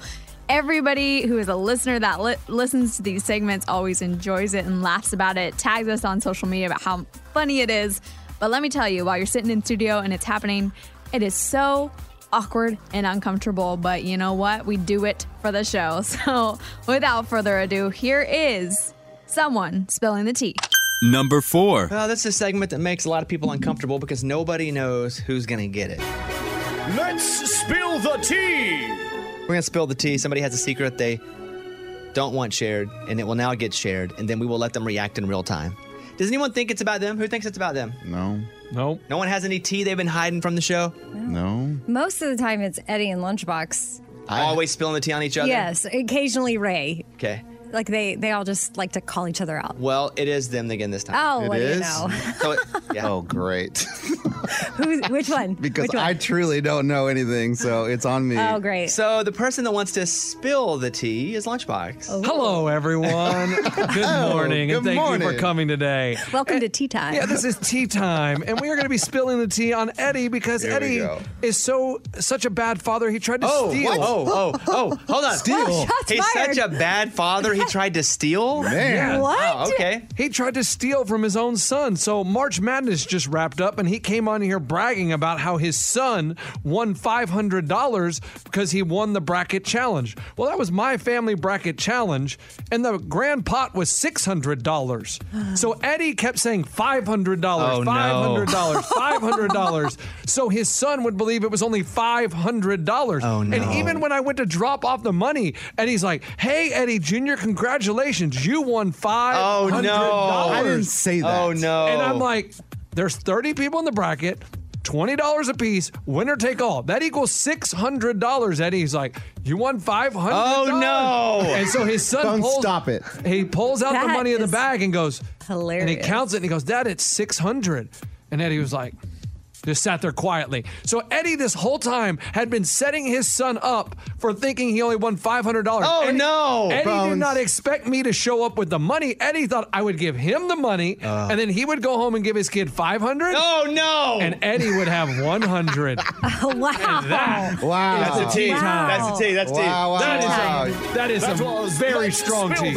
Everybody who is a listener that li- listens to these segments always enjoys it and laughs about it, tags us on social media about how funny it is. But let me tell you, while you're sitting in studio and it's happening, it is so awkward and uncomfortable. But you know what? We do it for the show. So without further ado, here is someone spilling the tea.
Number four.
Well, this is a segment that makes a lot of people uncomfortable because nobody knows who's going to get it.
Let's spill the tea.
We're going to spill the tea. Somebody has a secret they don't want shared, and it will now get shared, and then we will let them react in real time. Does anyone think it's about them? Who thinks it's about them?
No.
No.
No one has any tea they've been hiding from the show?
No.
Most of the time, it's Eddie and Lunchbox.
Always spilling the tea on each other?
Yes, occasionally Ray.
Okay.
Like they, they all just like to call each other out.
Well, it is them again this time.
Oh, It what do you is? know?
So it- yeah.
Oh, great.
Who's, which one?
because
Which one?
I truly don't know anything, so it's on me.
Oh, great.
So the person that wants to spill the tea is Lunchbox.
Hello, everyone. Good
Oh,
morning, and
good
thank you
morning.
for coming today. Eh,
Welcome to tea time.
Yeah, this is tea time, and we are going to be spilling the tea on Eddie because
Here we
Eddie
go.
is so such a bad father. He tried to
Oh,
steal.
what? Oh, oh, oh, hold on.
Steal. Shots
He's
fired.
such a bad father. He tried to steal.
Yeah.
Wow, okay.
He tried to steal from his own son. So March Madness just wrapped up, and he came on here bragging about how his son won five hundred dollars because he won the bracket challenge. Well, that was my family bracket challenge, and the grand pot was six hundred dollars. So Eddie kept saying five hundred
Oh,
dollars,
no.
five hundred dollars, five hundred dollars. So his son would believe it was only five hundred dollars. Oh no! And even when I went to drop off the money, Eddie's like, "Hey, Eddie Junior, congratulations, you won five
Oh,
$100.
no. I didn't say that. Oh, no.
And I'm like, there's 30 people in the bracket. Twenty dollars a piece, winner take all. That equals six hundred dollars. Eddie, he's like, you won five hundred.
Oh, no.
And so his son
Don't
pulls,
stop it.
He pulls out the
That
money in the
is
bag and goes,
Hilarious.
and he counts it and he goes, Dad, it's 600. And Eddie was like, just sat there quietly. So Eddie, this whole time, had been setting his son up for thinking he only won five hundred dollars.
Oh,
Eddie,
no.
Eddie did
Bones.
not expect me to show up with the money. Eddie thought I would give him the money, and then he would go home and give his kid five hundred.
Uh. Oh no!
And Eddie would have one hundred.
Oh, wow.
Wow.
That's a tea.
Wow.
That's a tea. That's a tea.
Wow, wow,
That is
wow.
a that is a very strong team.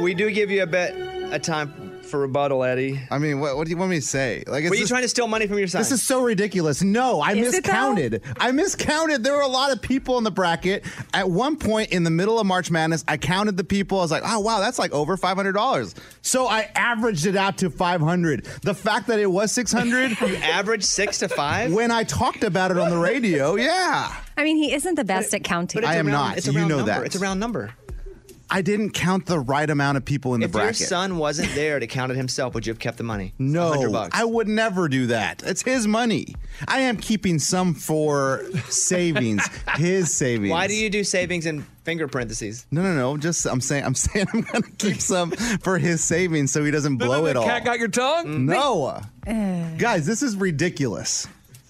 We do give you a bit a time for rebuttal, Eddie.
I mean, what, what do you want me to say? Like, is
Were you
this-
trying to steal money from your son?
This is so ridiculous. No, I
Is it though?
miscounted. I miscounted. There were a lot of people in the bracket. At one point in the middle of March Madness, I counted the people. I was like, oh, wow, that's like over $500. So I averaged it out to 500. The fact that it was 600
average six to five.
when I talked about it on the radio, yeah.
I mean, he isn't the best at counting.
I am not.
It's a
you
round
know
number.
that.
It's a round number.
I didn't count the right amount of people in the
if
bracket.
your son wasn't there to count it himself, would you have kept the money?
no,
100 bucks.
I would never do that. It's his money. I am keeping some for savings, his savings.
Why do you do savings in finger parentheses?
No, no, no. Just I'm saying, I'm saying, I'm gonna keep some for his savings so he doesn't blow it all. Mm-hmm.
Mm.
Cat got your tongue.
No, guys, this is ridiculous.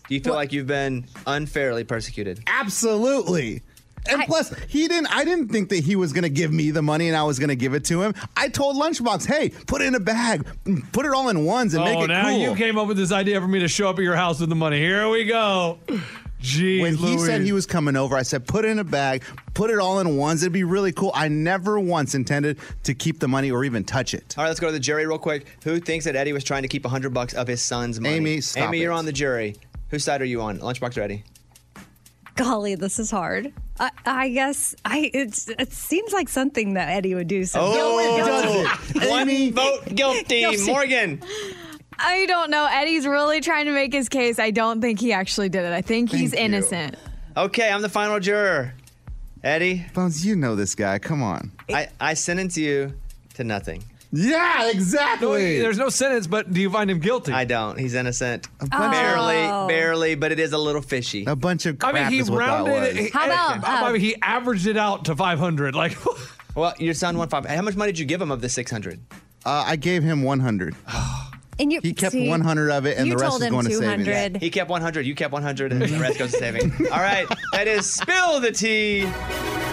Do you feel like you've been unfairly persecuted?
Absolutely. And plus, he didn't. I didn't think that he was going to give me the money, and I was going to give it to him. I told Lunchbox, "Hey, put it in a bag, Mm, put it all in ones, and
oh,
make it
now
cool."
you came up with this idea for me to show up at your house with the money. Here we go. Jeez,
when he said
Louise.
he was coming over, I said, "Put it in a bag, put it all in ones. It'd be really cool." I never once intended to keep the money or even touch it.
All right, let's go to the jury real quick. Who thinks that Eddie was trying to keep 100 bucks of his son's money?
Amy, stop
Amy,
it.
you're on the jury. Whose side are you on? Lunchbox ready?
Golly, this is hard. I, I guess I it's, it seems like something that Eddie would do. So
Oh.
One vote guilty.
Guilty.
Morgan.
I don't know. Eddie's really trying to make his case. I don't think he actually did it. I think he's
Thank you.
innocent.
Okay, I'm the final juror. Eddie.
Bones, you know this guy. Come on.
I, I sentence you to nothing.
Yeah, exactly.
there's no sentence, but do you find him guilty?
I don't. He's innocent.
bunch of-
Barely, barely, but it is a little fishy.
A bunch of
I mean, he rounded it.
How about,
I mean,
um,
he averaged it out to 500. Like,
well, your son won five. How much money did you give him of the Oh, 600?
Uh, I gave him 100.
and you,
He kept 100 of it, and the rest is going to savings.
He kept 100. You kept 100, and the rest goes to saving. All right, that is spill the tea.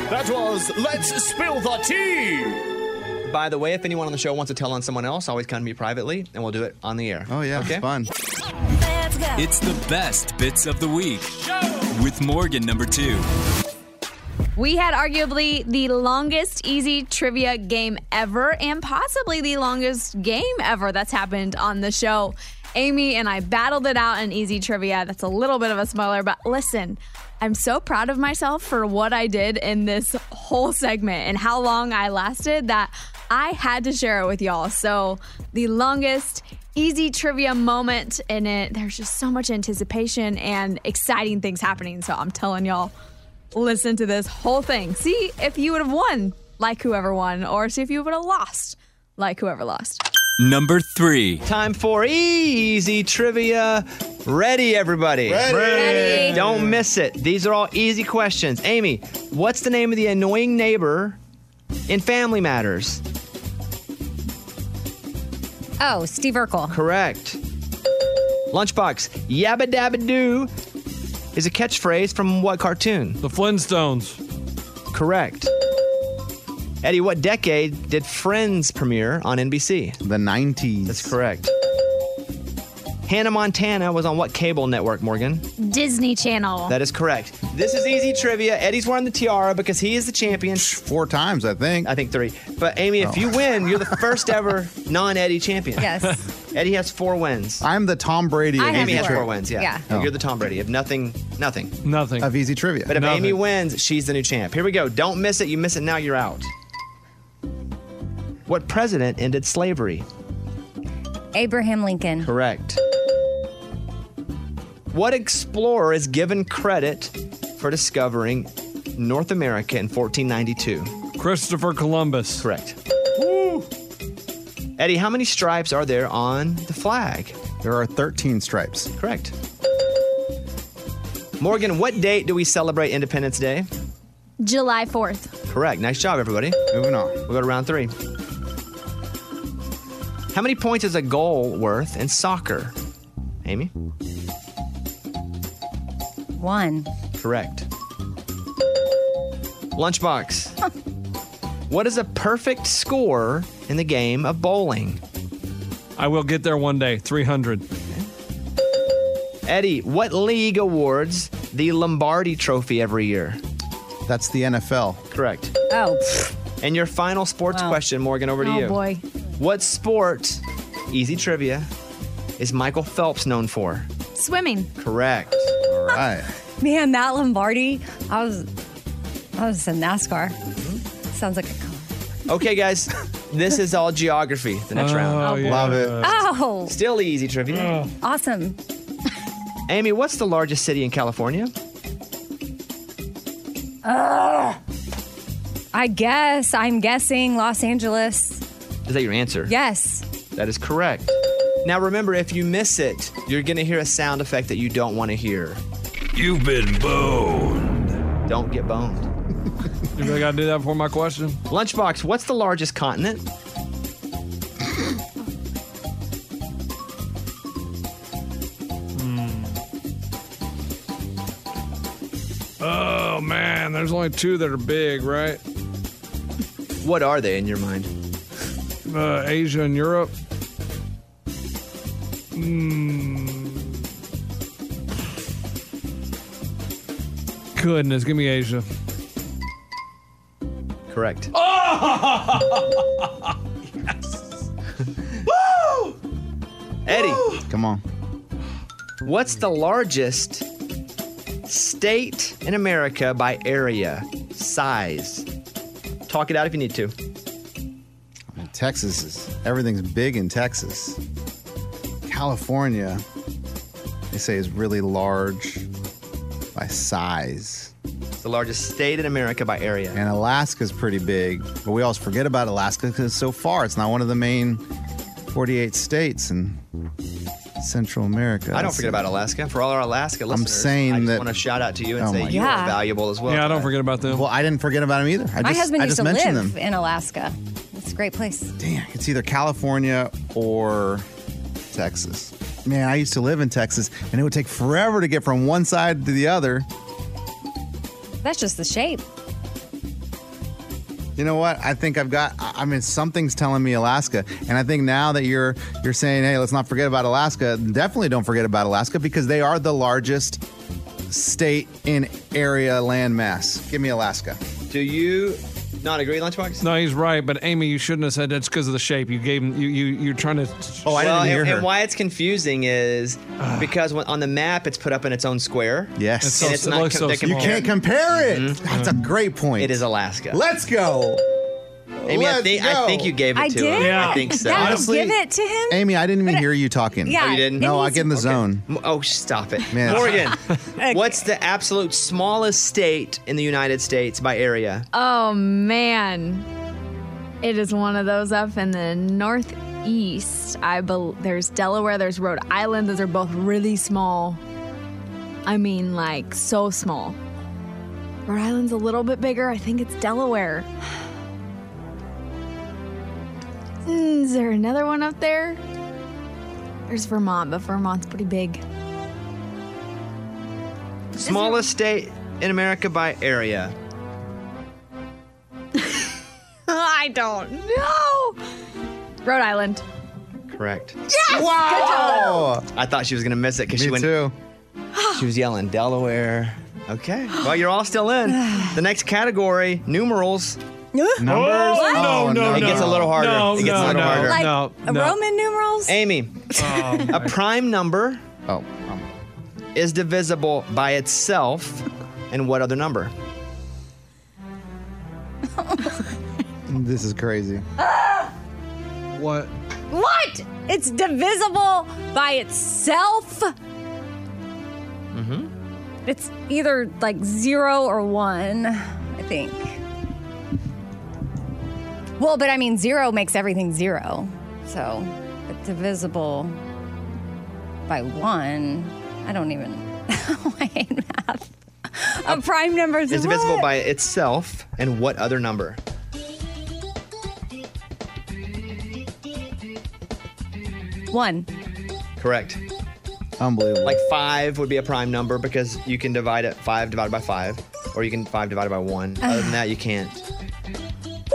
That was let's spill the tea. By the way, if anyone on the show wants to tell on someone else, always come to me privately, and we'll do it on the air. Oh yeah, okay?
fun.
It's the best bits of the week with Morgan number two.
We had arguably the longest easy trivia game ever and possibly the longest game ever that's happened on the show. Amy and I battled it out in easy trivia. That's a little bit of a spoiler, but listen, I'm so proud of myself for what I did in this whole segment and how long I lasted that I had to share it with y'all. So, the longest easy trivia moment in it. There's just so much anticipation and exciting things happening. So, I'm telling y'all, listen to this whole thing. See if you would have won like whoever won, or see if you would have lost like whoever lost.
Number three.
Time for easy trivia. Ready, everybody?
Ready. Ready.
Don't miss it. These are all easy questions. Amy, what's the name of the annoying neighbor in Family Matters?
Oh, Steve Urkel.
Correct. Lunchbox, yabba dabba doo is a catchphrase from what cartoon?
The Flintstones.
Correct. Eddie, what decade did Friends premiere on NBC?
The 90s.
That's correct. Hannah Montana was on what cable network, Morgan?
Disney Channel.
That is correct. This is easy trivia. Eddie's wearing the tiara because he is the champion.
Four times, I think. Oh.
I think three. But Amy, if you win, you're the first ever non-Eddie champion.
Yes.
Eddie has four wins.
I'm the Tom Brady. of Oh.
Amy
easy
has four
trivia.
wins. Yeah.
Yeah.
You're the Tom Brady of nothing, nothing,
nothing
of easy trivia.
But if Amy wins, she's the new champ. Here we go. Don't miss it. You miss it now, you're out. What president ended slavery?
Abraham Lincoln.
Correct. What explorer is given credit for discovering North America in 1492?
Christopher Columbus.
Correct. Eddie, how many stripes are there on the flag?
There are 13 stripes.
Correct. Morgan, what date do we celebrate Independence Day?
July 4th.
Correct. Nice job, everybody.
Moving on.
We'll go to round three. How many points is a goal worth in soccer? Amy?
One.
Correct. Lunchbox. what is a perfect score in the game of bowling?
I will get there one day. 300.
Eddie, what league awards the Lombardi trophy every year?
That's the NFL.
Correct.
Oh.
And your final sports
Wow.
question, Morgan, over to
oh
you.
boy.
What sport, easy trivia, is Michael Phelps known for?
Swimming.
Correct. All
right.
Man, that Lombardi. I was I was in NASCAR. Sounds like a
Okay, guys, this is all geography. The next
Oh,
round.
yeah. Love it.
Uh,
Oh.
Still easy
Oh.
trivia.
Awesome.
Amy, what's the largest city in California?
Ugh. I guess I'm guessing Los Angeles.
Is that your answer?
Yes.
That is correct. Now remember, if you miss it, you're going to hear a sound effect that you don't want to hear.
You've been boned.
Don't get boned.
You really got to do that before my question?
Lunchbox, what's the largest continent?
Oh, there's only two that are big, right?
What are they in your mind?
Uh, Asia and Europe. Mm. Goodness, give me Asia.
Correct.
Oh!
Woo! Eddie,
Come on.
what's the largest state in America by area size? Talk it out if you need to.
Texas is everything's big in Texas. California, they say, is really large by size.
It's the largest state in America by area.
And Alaska's pretty big, but we always forget about Alaska because it's so far. It's not one of the main 48 states in Central America.
I don't forget about Alaska. For all our Alaska listeners,
saying
I just
that-
want to shout out to you and
Oh
say
my
you
God.
are valuable as well.
Yeah, I don't
forget about them.
Well, I didn't forget about them either. I
My
just,
husband
I
used
just
to
mentioned
live
them.
in Alaska. It's a great place.
Damn, it's either California or Texas. Man, I used to live in Texas, and it would take forever to get from one side to the other.
That's just the shape.
You know what? I think I've got. I I mean, something's telling me Alaska, and I think now that you're you're saying, hey, let's not forget about Alaska. Definitely don't forget about Alaska because they are the largest state in area landmass. Give me Alaska.
Do you not agree, Lunchbox?
No, he's right, but Amy, you shouldn't have said that's because of the shape. You gave him. You you you're trying to. Oh,
well, and, and why it's confusing is because when, on the map it's put up in its own square.
Yes,
And it's not com- they
you
compare-
can't compare it. That's a great point. It is
Mm-hmm. Alaska.
Let's go.
Amy, I
Let's
think, I
go.
think you gave it to him. I think so.
Honestly,
to him.
Amy, I didn't even hear you talking.
yeah, Oh, you didn't? it
No, I
needs-
get in the zone.
Oh, stop it,
Man.
Morgan, what's the absolute smallest state in the United States by area?
Oh man, it is one of those up in the northeast. I bel there's Delaware, there's Rhode Island. Those are both really small. I mean, like so small. Rhode Island's a little bit bigger. I think it's Delaware. Mm, Is there another one up there? There's Vermont, but Vermont's pretty big.
Smallest state in America by area.
I don't know. Rhode Island.
Correct.
Yes! Good job.
I thought she was gonna miss it because she
Me
went.
Too.
She was yelling Delaware. Okay. Well, you're all still in. The next category, numerals.
Numbers.
Numbers.
What?
No, no,
it
no.
gets a little harder.
No,
it gets
no,
a little
no,
harder.
Like no, no. Oh,
Roman numerals?
Amy, a prime number.
Oh.
Is divisible by itself, and what other number?
This is crazy. What?
What? It's divisible by itself.
Mm-hmm.
It's either like zero or one, I think. Well, but I mean, zero makes everything zero. So, but divisible by one, I don't even. I hate math. A prime number is
Is divisible
what?
by itself, and what other number?
one.
Correct.
Unbelievable.
Like five would be a prime number because you can divide it five divided by five, or you can five divided by one. Other than that, you can't.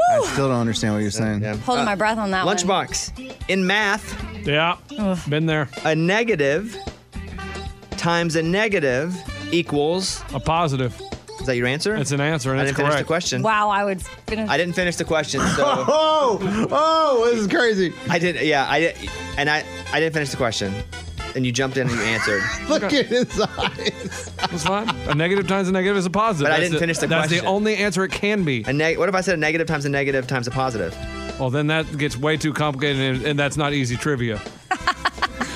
I still don't understand what you're saying.
Holding my breath on that one.
Lunchbox. In math.
Yeah. Been there.
A negative times a negative equals
a positive.
Is that your answer?
It's an answer, and
I
it's
didn't finish
correct.
the question.
Wow, I would finish.
I didn't finish the question. So
Oh, oh, this is crazy.
I did. Yeah, I did, and I I didn't finish the question, and you jumped in and you answered.
Look at his eyes.
That's fine. A negative times a negative is a positive.
But I
That's
didn't finish the
That's
question.
the only answer it can be.
A neg- what if I said a negative times a negative times a positive?
Well, then that gets way too complicated, and, and that's not easy trivia.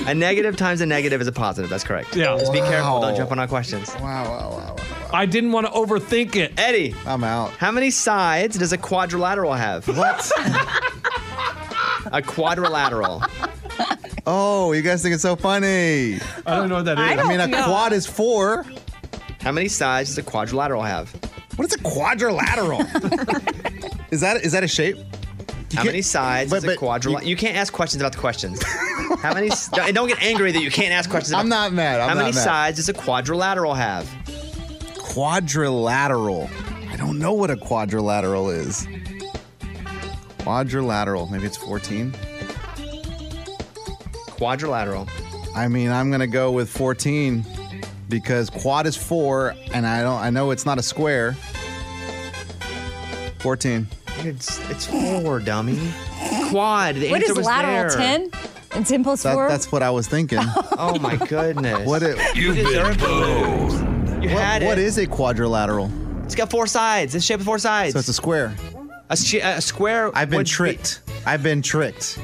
A negative times a negative is a positive. That's correct.
Yeah.
Just be
Wow.
careful. Don't jump on our questions.
Wow, wow, wow.
I didn't want to overthink it.
Eddie,
I'm out.
how many sides does a quadrilateral have?
What?
a quadrilateral.
Oh, you guys think it's so funny.
I don't know what that
I is. don't I mean, a know. quad
is four. How many sides does a quadrilateral have?
What is a quadrilateral? is that is that a shape?
How many sides is a quadrilateral? You, can't ask questions about the questions. How many? s- don't- and don't get angry that you can't ask questions. About
I'm not mad. I'm
how many
not mad.
sides does a quadrilateral have?
Quadrilateral. don't know what a quadrilateral is. Quadrilateral. Maybe it's 14.
Quadrilateral.
I mean, I'm going to go with 14 because quad is 4 and I don't I know it's not a square. 14.
It's it's 4, dummy.
Quad. The
What
answer
is
was
lateral
there.
10? And 10 plus
That,
4?
that's what I was thinking.
oh my goodness.
What it,
You've been boned.
You had
what, what
it.
is a quadrilateral?
It's got four sides. It's shaped with four sides.
So it's a square.
a, sh- a square.
I've been
would be-
tricked. I've been tricked.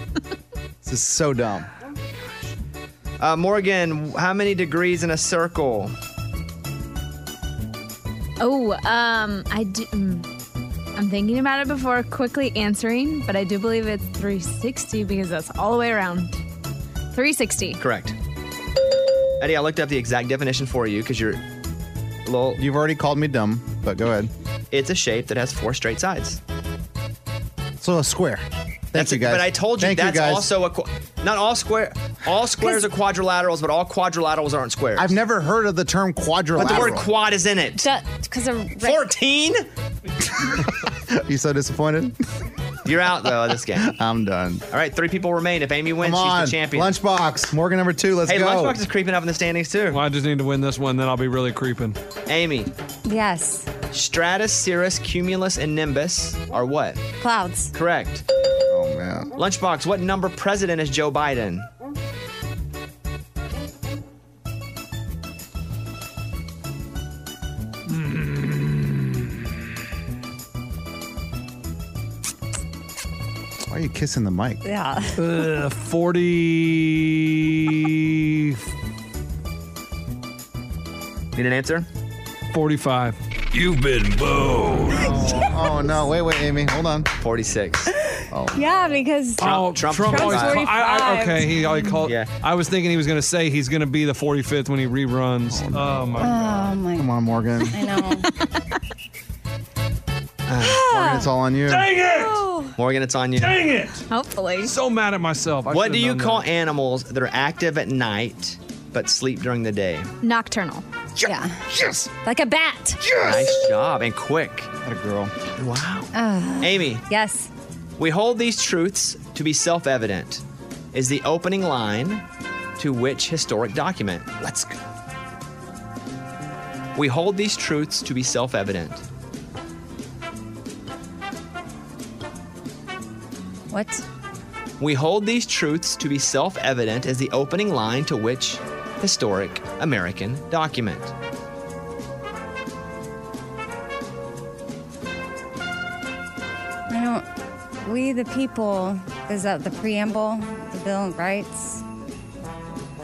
this is so dumb.
Uh, Morgan, how many degrees in a circle?
Oh, um, I do. mm, I'm thinking about it before quickly answering, but I do believe it's 360 because that's all the way around. 360.
Correct. Eddie, I looked up the exact definition for you because you're a little.
You've already called me dumb, but go ahead.
It's a shape that has four straight sides.
So a square. Thank
That's
you guys.
But I told you
Thank
that's
guys.
also a qu- not all square. All squares are quadrilaterals, but all quadrilaterals aren't squares.
I've never heard of the term
but
quadrilateral.
the word quad is in it.
Because of
14?
you so disappointed?
You're out though of this game.
I'm done.
All right, three people remain. If Amy wins,
Come on,
she's the champion.
lunchbox. Morgan number two. Let's
hey,
go.
Lunchbox is creeping up in the standings too.
Well, I just need to win this one, then I'll be really creeping.
Amy,
Yes.
Stratus, Cirrus, Cumulus, and Nimbus are what?
Clouds.
Correct.
Oh man.
Lunchbox, what number president is Joe Biden?
Hmm. Why are you kissing the mic?
Yeah.
Uh, 40.
Need an answer?
45.
You've been boned.
Oh no! Wait, wait, Amy. Hold on.
46.
Yeah, because
Oh, Trump, always.
Trump's
I, I,
45.
okay, he already called.
Yeah.
I was thinking he was going to say he's going to be the 45th when he reruns. Oh, my
Oh, my.
Come on, Morgan.
I know.
Morgan, it's all on you.
Dang it!
Oh.
Morgan, it's on you.
Dang it!
Hopefully.
So mad at myself. I
What
should've
do you
known
call
that.
animals that are active at night but sleep during the day?
Nocturnal.
Yeah. Like a bat.
Nice job and quick.
That a girl.
Wow.
Ah.
Amy,
yes.
we hold these truths to be self evident, is the opening line to which historic document? Let's go. We hold these truths to be self evident.
What?
We hold these truths to be self evident as the opening line to which historic American document?
I don't. We the people is that the preamble, the Bill of Rights,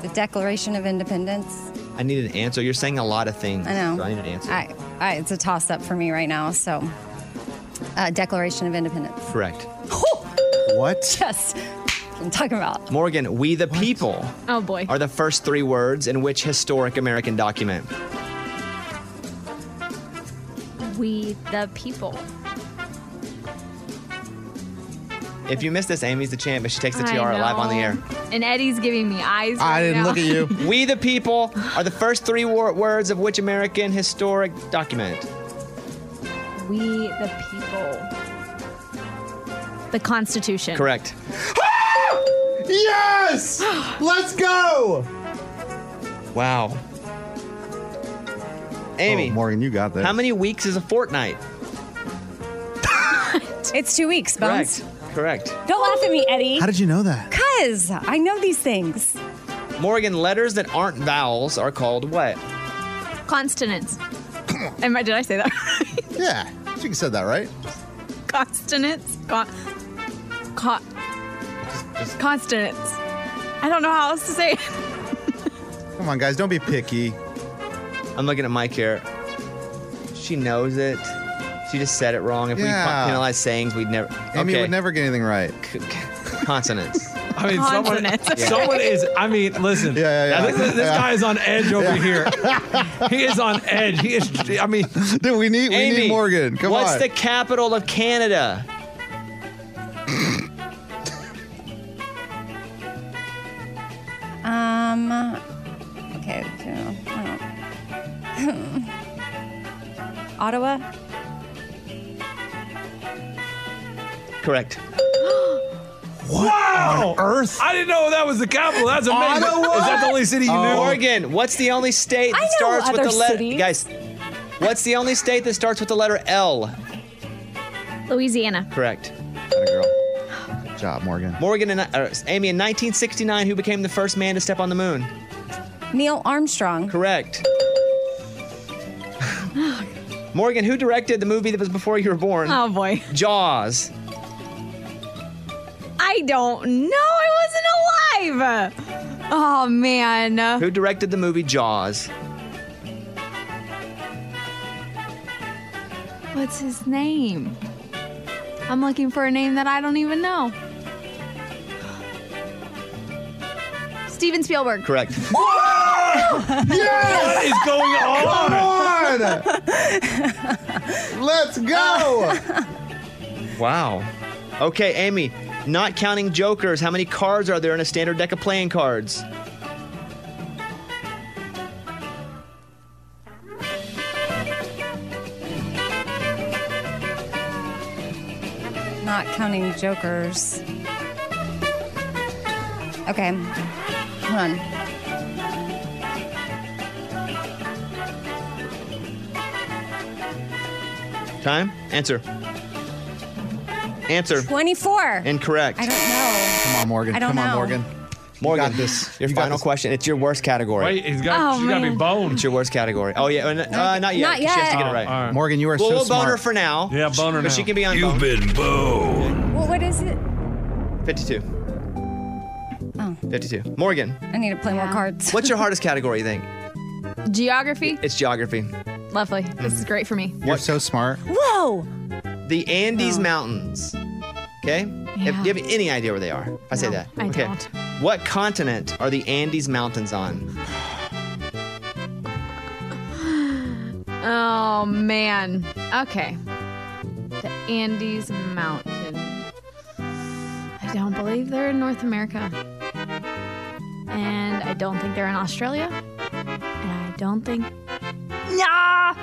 the Declaration of Independence.
I need an answer. You're saying a lot of things.
I know.
so Mm-hmm. I need an answer.
I, I, it's a toss up for me right now. So, uh, Declaration of Independence.
Correct.
What?
Yes. I'm talking about.
Morgan, we the people
Oh boy.
are the first three words in which historic American document?
We the people.
If you miss this, Amy's the champ, and she takes the
I
tiara live on the
know.
air.
And Eddie's giving me eyes.
I
right
didn't
now.
look at you.
We the people are the first three wor- words of which American historic document?
We the people. The Constitution.
Correct.
Yes! Let's go.
Wow. Amy,
Oh, Morgan, you got that.
how many weeks is a fortnight?
It's two weeks, Bones.
Correct. Correct.
Don't laugh at me, Eddie.
How did you know that?
Because I know these things.
Morgan, letters that aren't vowels are called what?
Consonants. Am I? Did I say that? right?
Yeah, you said that right.
Consonants. Con- con- consonants. I don't know how else to say. it.
Come on, guys, don't be picky.
I'm looking at Mike here. She knows it. She just said it wrong. If
Yeah.
we penalize sayings, we'd never.
Amy
okay.
would never get anything right.
C- c- consonants.
I mean, someone,
Consonants.
someone is. I mean, listen.
Yeah, yeah, yeah.
This, this guy is on edge over here. he is on edge. He is. I mean,
Dude, we need we
Amy,
need Morgan. Come
what's
on.
the capital of Canada?
Um. Okay. so, I don't- Ottawa.
Correct.
Wow! Earth? I didn't know that was the capital. That's amazing.
Ottawa?
Is that the only city you knew?
Oregon. Oh. What's the only state
I
that
know
starts with
other
the letter?
cities.
Guys, what's the only state that starts with the letter L?
Louisiana.
Correct.
Good job, Morgan.
Morgan and uh, Amy in 1969, who became the first man to step on the moon?
Neil Armstrong.
Correct. Morgan, who directed the movie that was before you were born?
Oh, boy.
Jaws.
I don't know. I wasn't alive. Oh man.
Who directed the movie Jaws?
What's his name? I'm looking for a name that I don't even know. Steven Spielberg.
Correct.
What is going on?
Come on! Let's go!
Wow. Okay, Amy, not counting jokers, how many cards are there in a standard deck of playing cards?
Not counting jokers. Okay. Hold on.
Time? Answer. Answer.
24.
Incorrect.
I don't
Come on, Morgan.
I don't
Come on,
know.
Morgan.
Morgan, this. your final question. It's your worst category.
Wait, he's
got- Oh, she's gotta be man.
boned. It's your worst category. Oh, yeah. uh, n- Uh, not yet.
Not
She has to get
yet.
it right.
Oh, all
right. Morgan, you are
well,
so
we'll bone her
smart.
for now.
Yeah, bone her
But
now.
she can be on
You've
been boned.
know. Well, what is it?
52.
Oh,
52. Morgan,
I need to play more cards.
what's your hardest category, you think?
Geography.
It's geography.
Lovely. This is great for me.
You're so
smart.
Whoa!
The
Oh.
Andes Mountains. Okay? If, do you have any idea where they are? If I say that.
I
okay.
don't.
What continent are the Andes Mountains on?
Oh man. Okay. The Andes Mountain. I don't believe they're in North America. And I don't think they're in Australia. And I don't think Nah!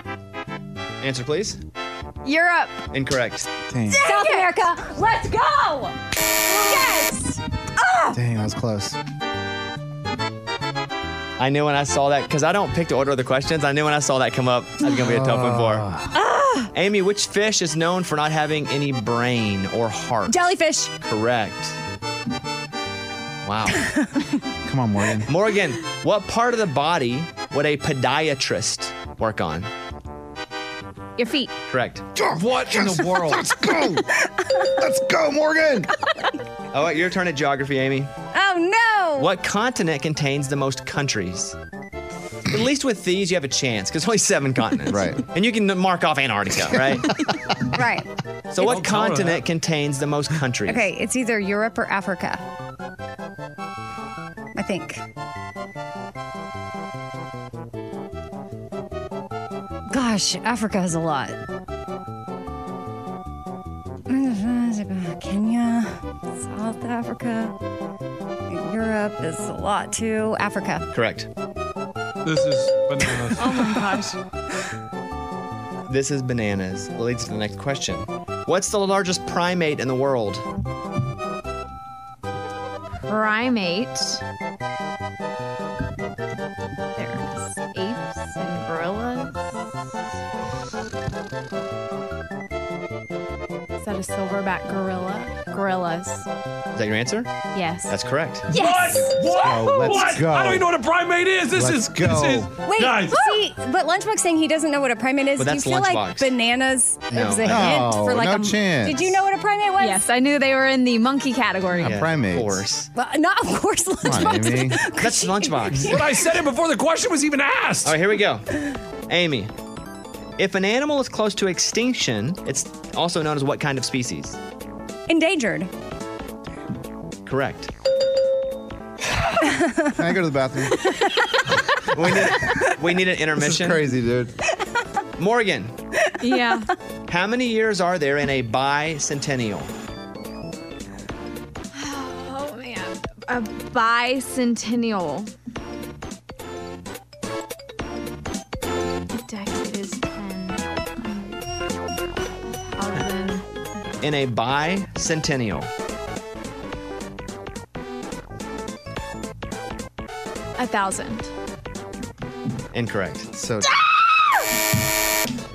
Answer, please.
Europe.
Incorrect.
South America. Let's go. Yes. Ah!
Dang, that was close.
I knew when I saw that, because I don't pick the order of the questions. I knew when I saw that come up, that's going to be a tough one
Ah.
for her. Amy, which fish is known for not having any brain or heart?
Jellyfish.
Correct. Wow.
Come on, Morgan.
Morgan, what part of the body would a podiatrist work on?
Your feet.
Correct.
What in the world?
Let's go! Let's go, Morgan!
Oh, your turn at geography, Amy.
Oh no!
What continent contains the most countries? At least with these, you have a chance because only seven continents. right. And you can mark off Antarctica, right?
Right.
so, what continent contains the most countries?
Okay, it's either Europe or Africa. I think. Gosh, Africa has a lot. Kenya, South Africa, Europe is a lot too. Africa.
Correct.
This is bananas.
Oh my gosh.
This is bananas. Leads to the next question. What's the largest primate in the world?
Primate. There's apes and gorillas. Is that a silverback gorilla? Gorillas.
Is that your answer?
Yes.
That's correct.
Yes.
What?
go, let's
what?
go.
I don't even know what a primate is. This
Let's
is
go.
this is
Wait,
guys.
see, but Lunchbox saying he doesn't know what a primate is.
But
Do you
that's
feel like
Lunchbox.
bananas
No.
is a hint
No,
for like
no
a
chance.
Did you know what a primate was?
Yes, I knew they were in the monkey category.
Yeah, Of course.
But not of course Lunchbox.
That's lunchbox.
But I said it before the question was even asked.
All right, here we go. Amy, if an animal is close to extinction, it's also known as what kind of species?
Endangered.
Correct.
Can I go to the bathroom?
We need, we need an intermission.
crazy, dude.
Morgan,
Yeah.
how many years are there in a bicentennial?
Oh man. A bicentennial. The decade is 10. Thousand.
in a bicentennial?
A thousand.
Incorrect. So.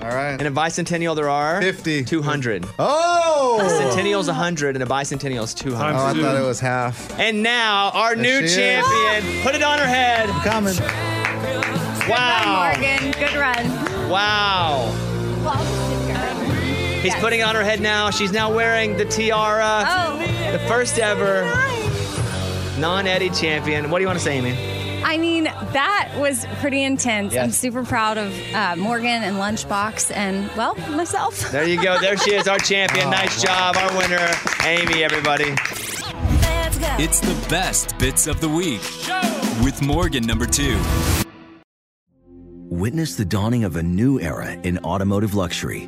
All right. In a bicentennial, there are 50. 200.
Oh!
A centennial's 100 and a bicentennial is 200.
Oh, I thought it was half.
And now, our
There
new
she is.
champion. Put it on her head.
coming.
Wow.
Morgan, good run.
Wow. He's
Yes.
putting it on her head now. She's now wearing the tiara.
Oh.
The first ever non Eddie champion. What do you want to say, Amy?
I mean, that was pretty intense. I'm
Yes.
super proud of uh, Morgan and Lunchbox and, well, myself.
There you go. There she is, our champion. nice job, our winner, Amy, everybody.
It's the best bits of the week with Morgan number two.
Witness the dawning of a new era in automotive luxury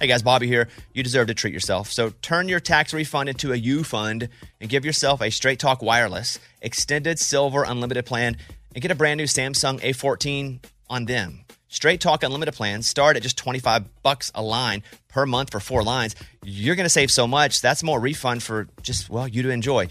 Hey guys, Bobby here. You deserve to treat yourself. So turn your tax refund into a U fund and give yourself a Straight Talk Wireless Extended Silver Unlimited plan and get a brand new Samsung A14 on them. Straight Talk Unlimited plans start at just 25 bucks a line per month for four lines. You're going to save so much. That's more refund for just, well, you to enjoy.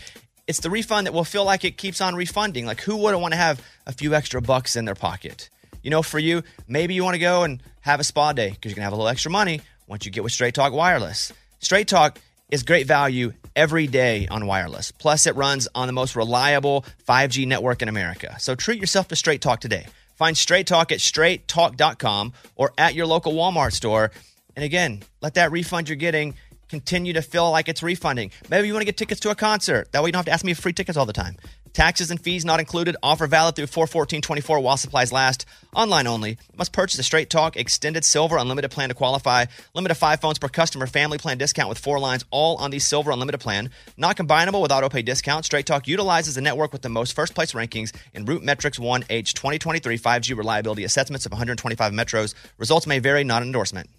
It's the refund that will feel like it keeps on refunding. Like who wouldn't want to have a few extra bucks in their pocket? You know, for you, maybe you want to go and have a spa day because you're going to have a little extra money once you get with Straight Talk Wireless. Straight Talk is great value every day on wireless. Plus, it runs on the most reliable 5G network in America. So treat yourself to Straight Talk today. Find Straight Talk at straighttalk.com or at your local Walmart store. And again, let that refund you're getting continue to feel like it's refunding. Maybe you want to get tickets to a concert. That way you don't have to ask me for free tickets all the time. Taxes and fees not included. Offer valid through 41424 while supplies last. Online only. Must purchase a Straight Talk Extended Silver Unlimited plan to qualify. Limit of five phones per customer. Family plan discount with four lines all on the Silver Unlimited plan. Not combinable with auto pay discount. Straight Talk utilizes the network with the most first place rankings in Root Metrics 1H 2023 5G reliability assessments of 125 metros. Results may vary, not an endorsement.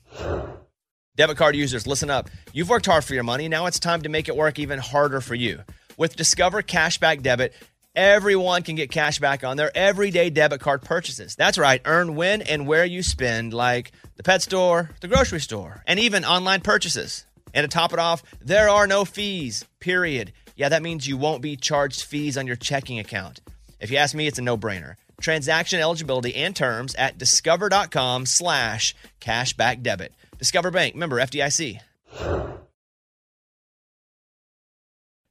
Debit card users, listen up. You've worked hard for your money. Now it's time to make it work even harder for you. With Discover Cashback Debit, everyone can get cash back on their everyday debit card purchases. That's right, earn when and where you spend, like the pet store, the grocery store, and even online purchases. And to top it off, there are no fees, period. Yeah, that means you won't be charged fees on your checking account. If you ask me, it's a no-brainer. Transaction eligibility and terms at discover.com slash cashback debit. Discover Bank, member FDIC.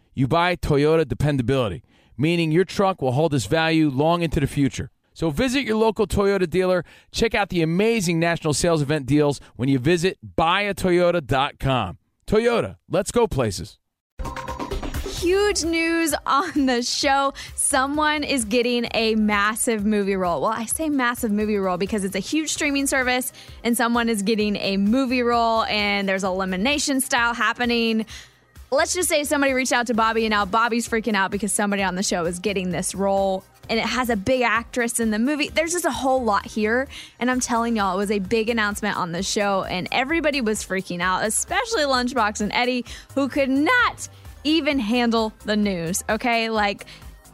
you buy Toyota dependability, meaning your truck will hold its value long into the future. So visit your local Toyota dealer, check out the amazing national sales event deals when you visit buyatoyota.com. Toyota, let's go places.
Huge news on the show. Someone is getting a massive movie role. Well, I say massive movie role because it's a huge streaming service, and someone is getting a movie role, and there's elimination style happening. let's just say somebody reached out to Bobby, and now Bobby's freaking out because somebody on the show is getting this role, and it has a big actress in the movie. There's just a whole lot here, and I'm telling y'all, it was a big announcement on the show, and everybody was freaking out, especially Lunchbox and Eddie, who could not even handle the news. Okay, like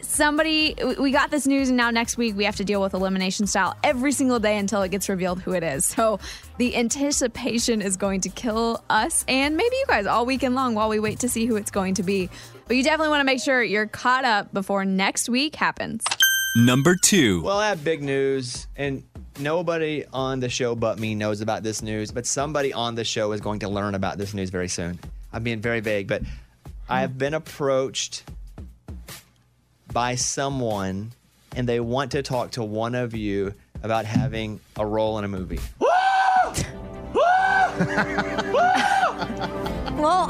somebody we- we got this news and now next week we have to deal with elimination style every single day until it gets revealed who it is so the anticipation is going to kill us and maybe you guys all weekend long while we wait to see who it's going to be but you definitely want to make sure you're caught up before next week happens
Number two.
Well, I have big news, and nobody on the show but me knows about this news, but somebody on the show is going to learn about this news very soon. I'm being very vague, but I have been approached by someone, and they want to talk to one of you about having a role in a movie.
Well,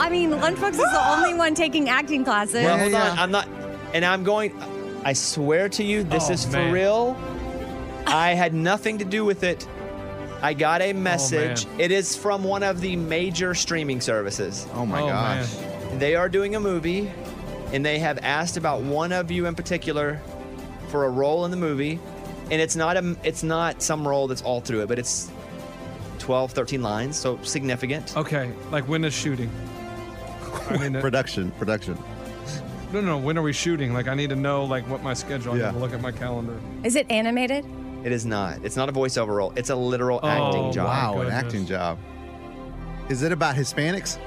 I mean, Lunchbox is the only one taking acting classes.
Ah! Well, hold on. I'm not, and I'm going. I swear to you, this
Oh,
is for
man.
real. I had nothing to do with it. I got
Oh,
a message. it is from one of the major streaming services. Oh
my Oh, gosh.
They are doing a movie, and they have asked about one of you in particular for a role in the movie. And it's not a, it's not some role that's all through it, but it's 12, 13 lines, so significant.
Okay, like when is shooting? I mean, it-
Production, production.
no, no. When are we shooting? Like, I need to know like what my schedule. I
Yeah.
need to look at my calendar.
Is it animated?
It is not. It's not a voiceover role. It's a literal
Oh,
acting job.
wow, an goodness. acting
job.
Is it about Hispanics?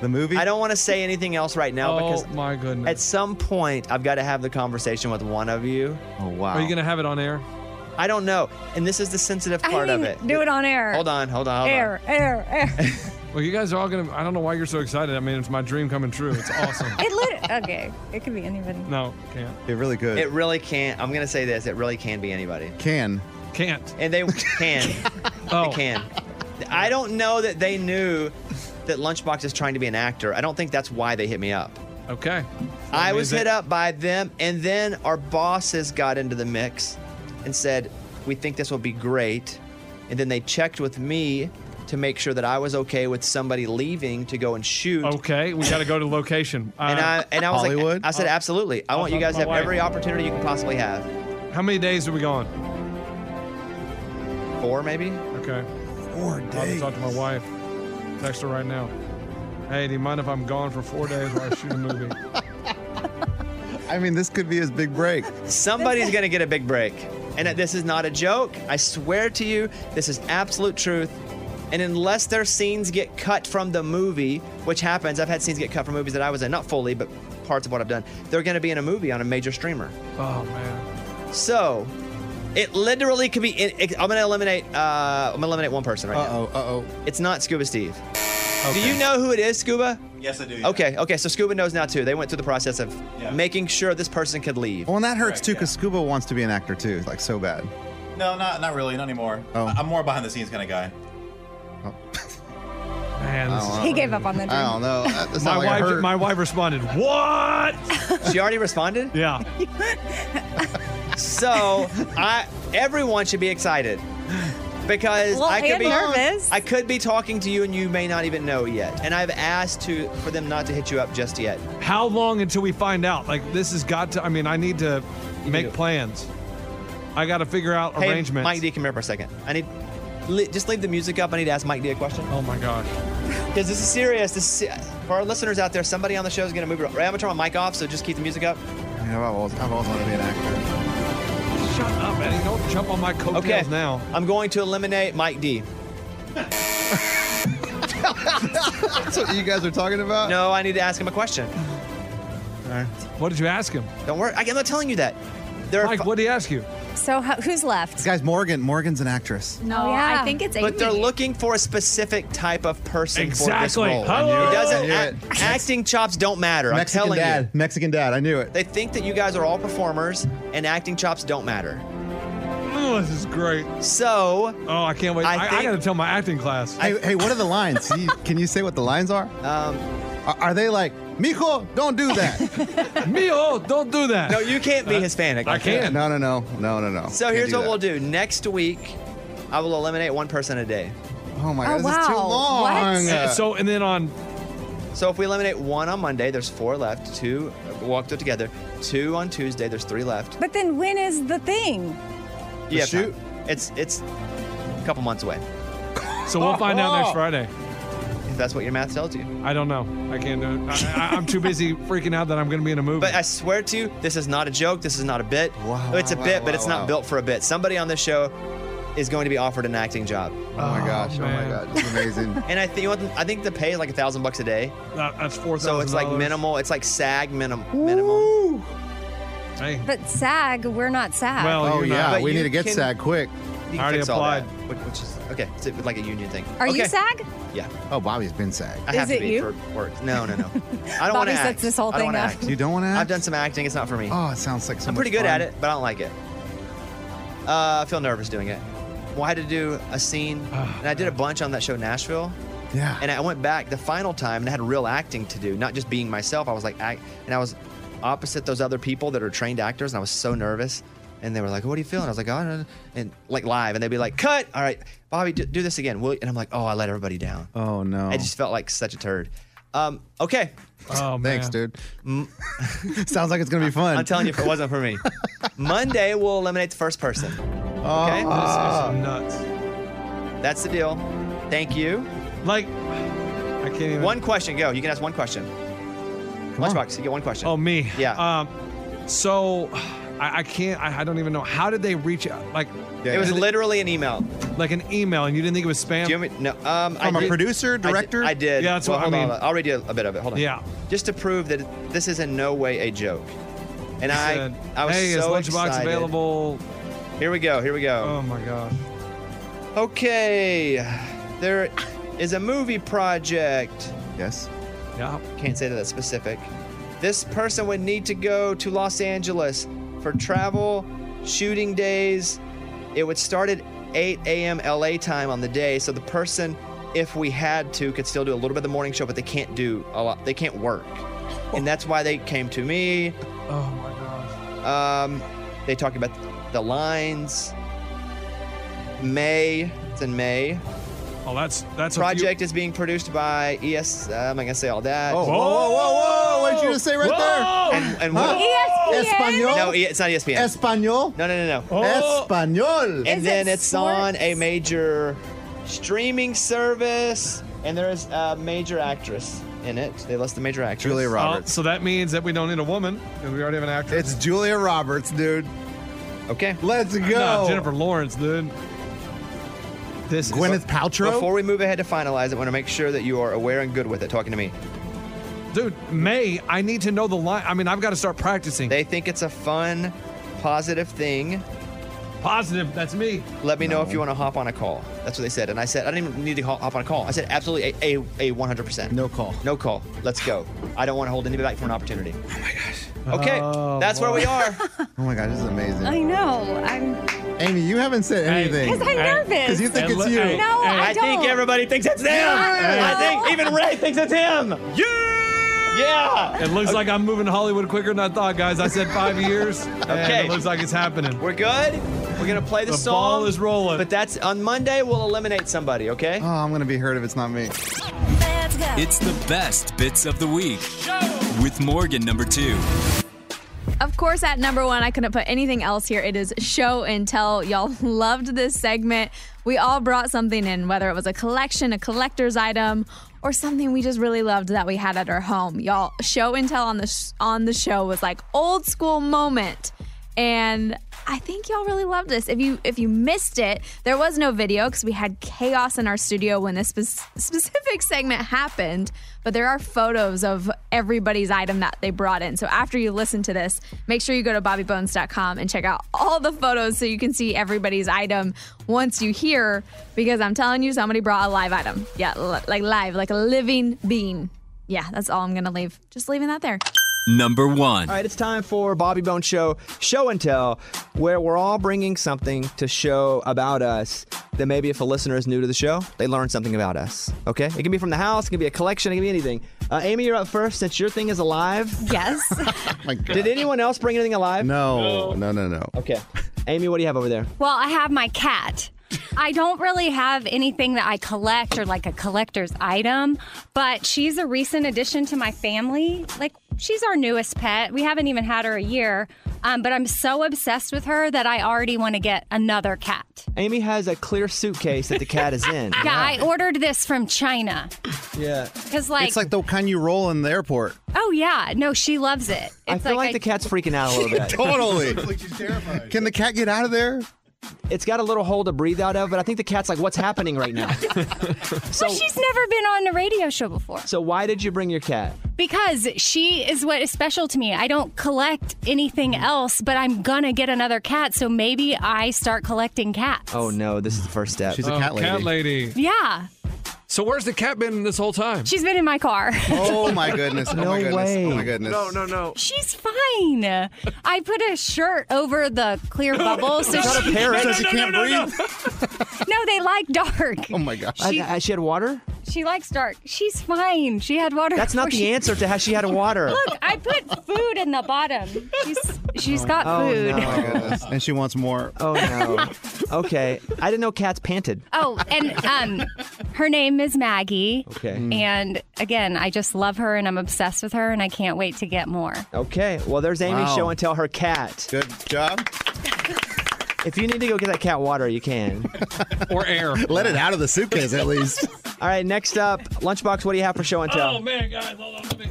The movie?
I don't want to say anything else right now
Oh,
because
my goodness.
At some point, I've got to have the conversation with one of you.
Oh wow.
Are you gonna have it on air?
I don't know. And this is the sensitive
I
part
mean,
of it.
do it on air.
Hold on, hold on, hold on.
Air, air, air.
Well, you guys are all gonna. I don't know why you're so excited. I mean, it's my dream coming true. It's awesome.
It lit- okay, it could be anybody.
no, can't.
It really could.
It really can't. I'm gonna say this. It really can be anybody.
Can.
Can't. Oh.
And they can. They can. I don't know that they knew that Lunchbox is trying to be an actor. I don't think that's why they hit me up.
Okay.
I was
means
hit
that-
up by them, and then our bosses got into the mix and said, We think this will be great. And then they checked with me to make sure that I was okay with somebody leaving to go and shoot.
Okay, we got to go to location.
And I and I was like, I said,
Uh,
absolutely. I
I'll
want you
talk
guys
to
to have
my wife.
every opportunity you can possibly have.
How many days are we going?
Four, maybe.
Okay. Four days. I have to talk to my wife. Text her right now. Hey, do you mind if I'm gone for four days while I shoot a movie?
I mean, this could be his big break.
Somebody's gonna get a big break, and this is not a joke. I swear to you, this is absolute truth. And unless their scenes get cut from the movie, which happens, I've had scenes get cut from movies that I was in, not fully, but parts of what I've done. They're gonna be in a movie on a major streamer.
Oh man.
So, it literally could be. It, it- I'm gonna eliminate. Uh, I'm gonna eliminate one person right now. Uh oh. Uh oh. It's not Scuba Steve. Do you know who it is, Scuba?
Yes, I do.
Okay. Okay. So Scuba knows now too. They went through the process of making sure this person could leave.
Well, and that hurts too, because Scuba wants to be an actor too, like so bad.
No, not not really, not anymore.
Oh.
I- I'm more behind the scenes kind of guy.
Man,
this
He gave up on the dream.
know.
my wife, my wife responded, "What?"
she already responded.
Yeah.
So I, everyone should be excited because
Well,
I could
and
be
nervous.
I could be talking to you and you may not even know yet. And I've asked to for them not to hit you up just yet.
How long until we find out? Like this has got to. I mean, I need to make plans. I got to figure out
Hey,
arrangements.
Mike D, come here for a second. I need li- just leave the music up. I need to ask Mike D a question.
Oh my gosh.
Because this is serious. This is, for our listeners out there, somebody on the show is going to move. it. Ray, I'm going to turn my mic off, so just keep the music up.
I mean, I've always, I've always wanted to be an actor.
Shut up, Eddie. Don't jump on my coattails
Okay.
now.
I'm going to eliminate Mike D.
That's what you guys are talking about?
No, I need to ask him a question.
What did you ask him?
Don't worry. I- I'm not telling you that. There
Mike, what did he ask you?
So ho- who's left?
This guy's Morgan. Morgan's an actress.
No, Oh, I think it's
But they're
Amy.
looking for a specific type of person for this
Exactly.
role.
I knew it.
It doesn't.
I knew
act- acting chops don't matter. I'm
Mexican
telling
dad.
you.
Mexican dad. I knew it.
They think that you guys are all performers and acting chops don't matter.
Oh, this is great.
So.
Oh, I can't wait. I,
I
I
think-
got to tell my acting class.
Hey, hey, what are the lines? Can you, can you say what the lines are?
Um,
are, are they like, Mijo, don't do that?
Mijo, don't do that.
No, you can't be Hispanic.
No, no, no, no, no, no.
So
Can't
here's
do
what
that.
we'll do. Next week, I will eliminate one person a day.
Oh my
Oh,
god, this is too
wow.
long.
What?
And so, and then on
So if we eliminate one on Monday, there's four left. Two uh, walk through together. Two on Tuesday, there's three left.
But then when is the thing?
Yeah, shoot. It's it's a couple months away.
So we'll find out next Friday.
If that's what your math tells you.
I don't know. I can't do it. I, I, I'm too busy freaking out that I'm going to be in a movie.
But I swear to you, this is not a joke. This is not a bit. Wow, it's a
wow,
bit,
wow,
but it's
wow.
not built for a bit. Somebody on this show is going to be offered an acting job. Oh
my gosh, oh my man. God, it's amazing.
and I think you know, I think the pay is like a thousand bucks a day.
that's four thousand.
So it's like minimal. It's like SAG minim, minimum.
Hey.
But SAG, we're not SAG.
oh yeah,
But
we
you
need to get
can-
SAG quick.
You can fix all that, which, which is okay. It's like a union thing.
Are you
Okay.
SAG?
Yeah.
Oh, Bobby's been SAG.
I have
Is
to
it
be
you?
for work. No, no, no. I don't want
Bobby
to
sets
act.
this whole
I don't
thing
wanna
up.
act.
You don't want to
I've done some acting. It's not for me.
Oh, it sounds like so
I'm pretty
much
good at
fun.
it, but I don't like it. Uh, I feel nervous doing it. Well, I had to do a scene, and I did a bunch on that show Nashville.
Ah, Yeah.
And I went back the final time and I had real acting to do, not just being myself. I was like, act, and I was opposite those other people that are trained actors, and I was so nervous. And they were like, "What are you feeling?" I was like, "Oh," no, no," and like live, and they'd be like, "Cut! All right, Bobby, do, do this again." Will you? And I'm like, "Oh, I let everybody down."
Oh no.
I just felt like such a turd. Um, okay.
Oh
Thanks, dude. Sounds like it's gonna be fun.
I'm telling you, if it wasn't for me, Monday we'll eliminate the first person. Okay,
Ah.
nuts.
that's the deal. Thank you.
Like, I can't even.
One question, go. You can ask one question. Lunchbox, you get one question.
Oh me.
Yeah.
Um, so I, I can't. I, I don't even know. How did they reach out? Like
it was literally an email.
like an email, and you didn't think it was spam.
Do you want me? No. Um, I
From a
did-
producer,
I did-
director?
I did.
Yeah, that's
Well,
what I
hold on,
mean.
hold on. I'll read you a bit of it. Hold on.
Yeah.
Just to prove that this is in no way a joke. And
He
I,
said,
I was
hey,
so
is Lunchbox
excited.
available?
Here we go. Here we go.
Oh my gosh.
Okay, there is a movie project.
Yes.
Yeah.
Can't say that that's specific. This person would need to go to Los Angeles for travel, shooting days. It would start at 8 a.m. LA time on the day. So the person, if we had to, could still do a little bit of the morning show, but they can't do a lot. They can't work. And that's why they came to me.
Oh my gosh.
Um, they talk about the lines. May, it's in May.
Oh, that's that's a few-
Project is being produced by ES. Uh, am I gonna say all that?
Oh, whoa, whoa, whoa, whoa! What did Oh, you just say right there?
And, and
Huh?
ESPN?
Espanol.
No, E- it's not ESPN.
Espanol.
no, no, no, no.
Oh.
Espanol.
And
Is
then
it
it's on a major streaming service, and there is a major actress in it. They list the major actress.
Julia
Oh,
Roberts.
so that means that we don't need a woman because we already have an actress.
It's Julia Roberts, dude.
Okay.
Let's go.
No, Jennifer Lawrence, dude. This
Gwyneth Paltrow.
Before we move ahead to finalize it, I want to make sure that you are aware and good with it. Talking to me.
dude, May. I need to know the line. I mean, I've got to start practicing.
They think it's a fun, positive thing.
Positive. That's me.
Let me know if you want to hop on a call. That's what they said. And I said, I didn't even need to ho- hop on a call. I said, absolutely, a, a, a 100%.
no call.
No call. Let's go. I don't want to hold anybody back from an opportunity. Oh my gosh. Okay,
Oh,
that's where we are.
Oh my god, this is
I
amazing.
know. I'm
Amy, you haven't said
because
anything.
I'm
Hey.
nervous.
Because you think
And
it's
le-
you.
hey,
no,
hey.
I,
I
don't.
think everybody thinks it's them. I think even Ray thinks it's him. Yeah. Yeah.
It looks like I'm moving to Hollywood quicker than I thought, guys. I said five years. Okay.
Okay.
It looks like it's happening.
We're good. We're gonna play the,
The
song.
ball is rolling.
But that's on Monday. We'll eliminate somebody. Okay.
Oh, I'm gonna be hurt if it's not me.
Let's go.
It's the best bits of the week with Morgan number two.
Of course, at number one, I couldn't put anything else here. It is show and tell. Y'all loved this segment. We all brought something in, whether it was a collection, a collector's item, or something we just really loved that we had at our home. Y'all, show and tell on the sh- on the show was like old school moment, and I think y'all really loved this. If you if you missed it, there was no video because we had chaos in our studio when this spe- specific segment happened. But there are photos of everybody's item that they brought in. So after you listen to this, make sure you go to bobbybones.com and check out all the photos so you can see everybody's item once you hear. Because I'm telling you, somebody brought a live item. Yeah, li- like live, like a living being. Yeah, that's all I'm gonna leave. Just leaving that there.
Number one.
All right, it's time for Bobby Bone Show Show and Tell, where we're all bringing something to show about us that maybe if a listener is new to the show, they learn something about us. Okay? It can be from the house, it can be a collection, it can be anything. Uh, Amy, you're up first since your thing is alive.
Yes.
My god.
Did anyone else bring anything alive?
No, no, no, no.
Okay. Amy, what do you have over there?
Well, I have my cat. I don't really have anything that I collect or like a collector's item, but she's a recent addition to my family. Like, she's our newest pet. We haven't even had her a year, um, but I'm so obsessed with her that I already want to get another cat.
Amy has a clear suitcase that the cat is in.
Yeah, I ordered this from China
Yeah.
because, like,
it's like the kind you roll in the airport.
oh yeah, no, she loves it. It's
I feel like, the cat's freaking out a little bit.
Totally.
Can
the cat get out of there?
It's got a little hole to breathe out of, but I think the cat's like, "What's happening right now?" so,
Well, she's never been on a radio show before.
so why did you bring your cat?
Because she is what is special to me. I don't collect anything else, but I'm gonna get another cat, so maybe I start collecting cats.
Oh no, this is the first step.
She's a Oh, cat lady. cat lady.
Yeah.
So where's the cat been this whole time?
She's been in my car.
Oh my goodness! Oh my goodness! Oh my goodness!
no, no.
She's fine. I put a shirt over the clear bubble so
Is that
she
a parrot? Says you can't
breathe. no, they like dark.
Oh my gosh!
She-
I, I- she had water.
She likes dark. She's fine. She had water.
That's not
before
the
she-
answer to how she had water.
Look, I put food in the bottom. She's she's got
oh,
food.
No.
my goodness. And she wants more.
Oh no. Okay, I didn't know cats panted.
Oh, and um, her name is Maggie.
Okay.
And again, I just love her and I'm obsessed with her and I can't wait to get more.
Okay, well, there's Amy's
Wow.
show and tell her cat.
Good job.
If you need to go get that cat water, you can.
or air.
Let it out of the suitcase at least.
All right, next up, Lunchbox, what do you have for show and
Oh,
tell?
man, guys, hold on. Let me.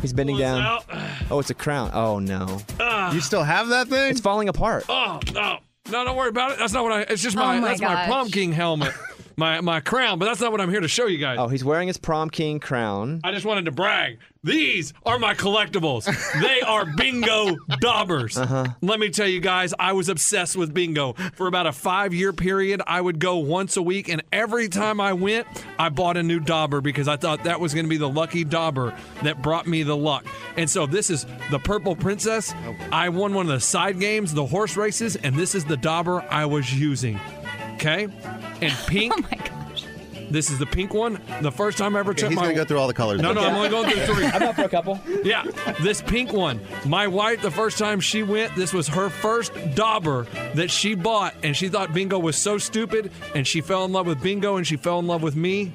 He's bending down.
out.
Oh, it's a crown. Oh, no.
You still have that thing?
It's falling apart.
Ah. Oh no, no, don't worry about it. That's not what I. It's just
Oh
my.
my
that's
gosh.
my pumpkin helmet, my my crown. But that's not what I'm here to show you guys.
Oh, he's wearing his prom king crown.
I just wanted to brag. These are my collectibles. They are bingo daubers.
Uh-huh.
Let me tell you guys, I was obsessed with bingo. For about a five year period, I would go once a week, and every time I went, I bought a new dauber because I thought that was going to be the lucky dauber that brought me the luck. And so this is the Purple Princess. I won one of the side games, the horse races, and this is the dauber I was using. Okay? And pink. oh my gosh. This is the pink one. The first time I ever took
He's
my
gonna go through all the colors.
no, no,
though.
I'm only going through three.
I'm up for a couple.
Yeah, this pink one. My wife, the first time she went, this was her first dauber that she bought, and she thought bingo was so stupid, and she fell in love with bingo, and she fell in love with me.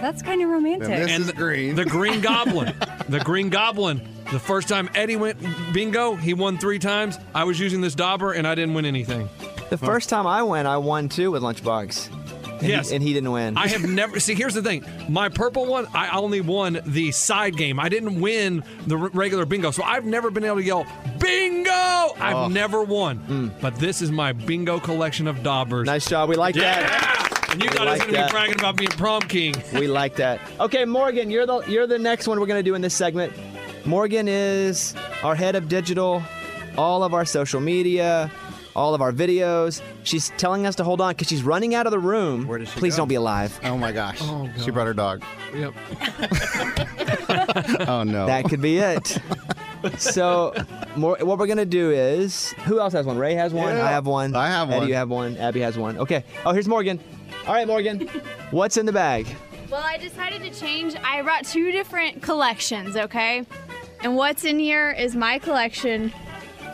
That's kind of romantic.
And this
and
is
the-
green.
The Green Goblin. the Green Goblin. The first time Eddie went bingo, he won three times. I was using this dauber, and I didn't win anything.
The first time I went, I won two with Lunchbox. And
Yes.
He, and he didn't win.
I have never. See, here's the thing. My purple one, I only won the side game. I didn't win the r- regular bingo. So I've never been able to yell, bingo! I've never won. But this is my bingo collection of daubers.
nice job. We like that.
Yeah! And you
We
guys
like
going to
that.
be bragging about being prom king.
We like that. Okay, Morgan, you're the you're the next one we're gonna do in this segment. Morgan is our head of digital, all of our social media, all of our videos. She's telling us to hold on because she's running out of the room. Where does she Please don't be alive.
Oh my gosh. she brought her dog.
Yep.
Oh no.
That could be it. so, more, what we're gonna do is, who else has one? Ray has one.
Yeah.
I have one.
I have
Eddie,
one.
you have one. Abby has one. Okay. Oh, here's Morgan. All right, Morgan. What's in the bag?
Well, I decided to change. I brought two different collections, okay? And what's in here is my collection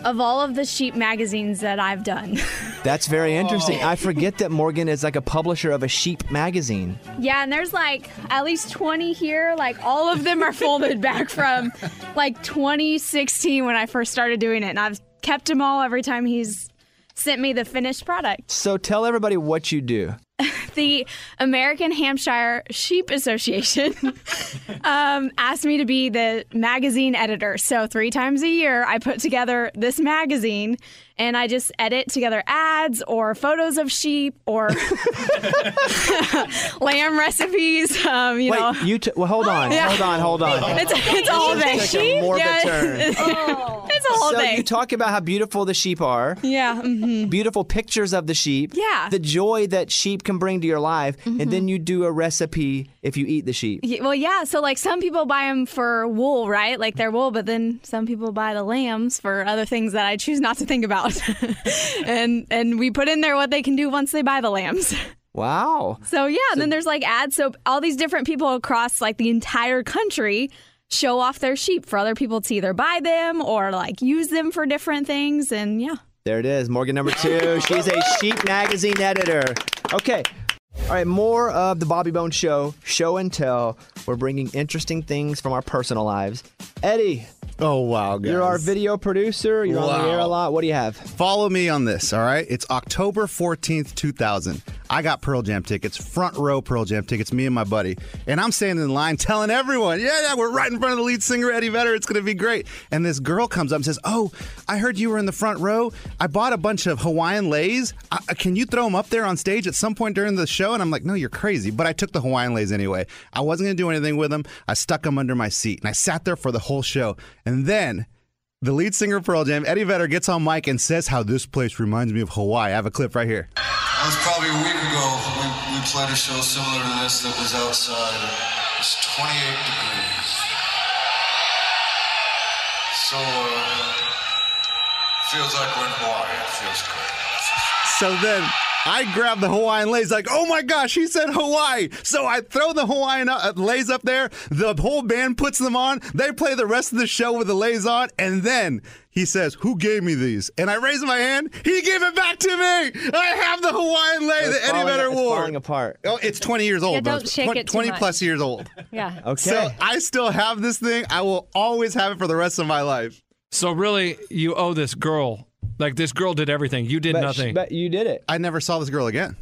of all of the sheep magazines that I've done.
That's very interesting. I forget that Morgan is like a publisher of a sheep magazine.
yeah, and there's like at least 20 here. Like all of them are folded back from like 2016 when I first started doing it. And I've kept them all every time he's sent me the finished product.
So tell everybody what you do.
the American Hampshire Sheep Association um, asked me to be the magazine editor. So, three times a year, I put together this magazine and I just edit together ads or photos of sheep or lamb recipes. Um, you know,
Wait, you t- well, hold on,
Yeah.
hold on, hold on.
it's, it's a whole thing.
Took a morbid turn.
it's a whole
so
thing.
you talk about how beautiful the sheep are,
yeah. mhm.
beautiful pictures of the sheep,
Yeah.
the joy that sheep can bring to your life, and then you do a recipe if you eat the sheep.
Y- Well, yeah. So, like, some people buy them for wool, right? Like their wool, but then some people buy the lambs for other things that I choose not to think about. and and we put in there what they can do once they buy the lambs.
Wow.
So yeah. and then there's like ads. So all these different people across like the entire country show off their sheep for other people to either buy them or like use them for different things. And yeah.
There it is. Morgan number two. She's a Sheep Magazine editor. Okay. All right, more of the Bobby Bone Show, show and tell. We're bringing interesting things from our personal lives. Eddie.
Oh, wow, guys.
You're our video producer. You're on the air a lot. What do you have?
Follow me on this, all right? It's October 14th, 2000. I got Pearl Jam tickets, front row Pearl Jam tickets, me and my buddy. And I'm standing in line telling everyone, yeah, yeah, we're right in front of the lead singer, Eddie Vedder. It's going to be great. And this girl comes up and says, oh, I heard you were in the front row. I bought a bunch of Hawaiian Lays. I, I- can you throw them up there on stage at some point during the show? And I'm like, no, you're crazy. But I took the Hawaiian Lays anyway. I wasn't going to do anything with them. I stuck them under my seat. And I sat there for the whole show. And then... The lead singer of Pearl Jam, Eddie Vedder, gets on mic and says how this place reminds me of Hawaii. I have a clip right here.
It was probably a week ago. We, we played a show similar to this that was outside. It was 28 degrees. So, uh, feels like we're in Hawaii. It feels great.
So then I grab the Hawaiian Lays, like, oh my gosh, he said Hawaii. So I throw the Hawaiian uh, Lays up there. The whole band puts them on. They play the rest of the show with the Lays on. And then he says, Who gave me these? And I raise my hand. He gave it back to me. I have the Hawaiian Lay
It's
that Eddie
falling-
Vedder
it's
wore.
falling apart.
Oh, it's 20 years old.
don't
though. It's
shake
twen-
it too
20
much.
plus years old.
Yeah.
So I still have this thing. I will always have it for the rest of my life.
So really, you owe this girl. Like this girl did everything. You did nothing.
but you did it.
I never saw this girl again.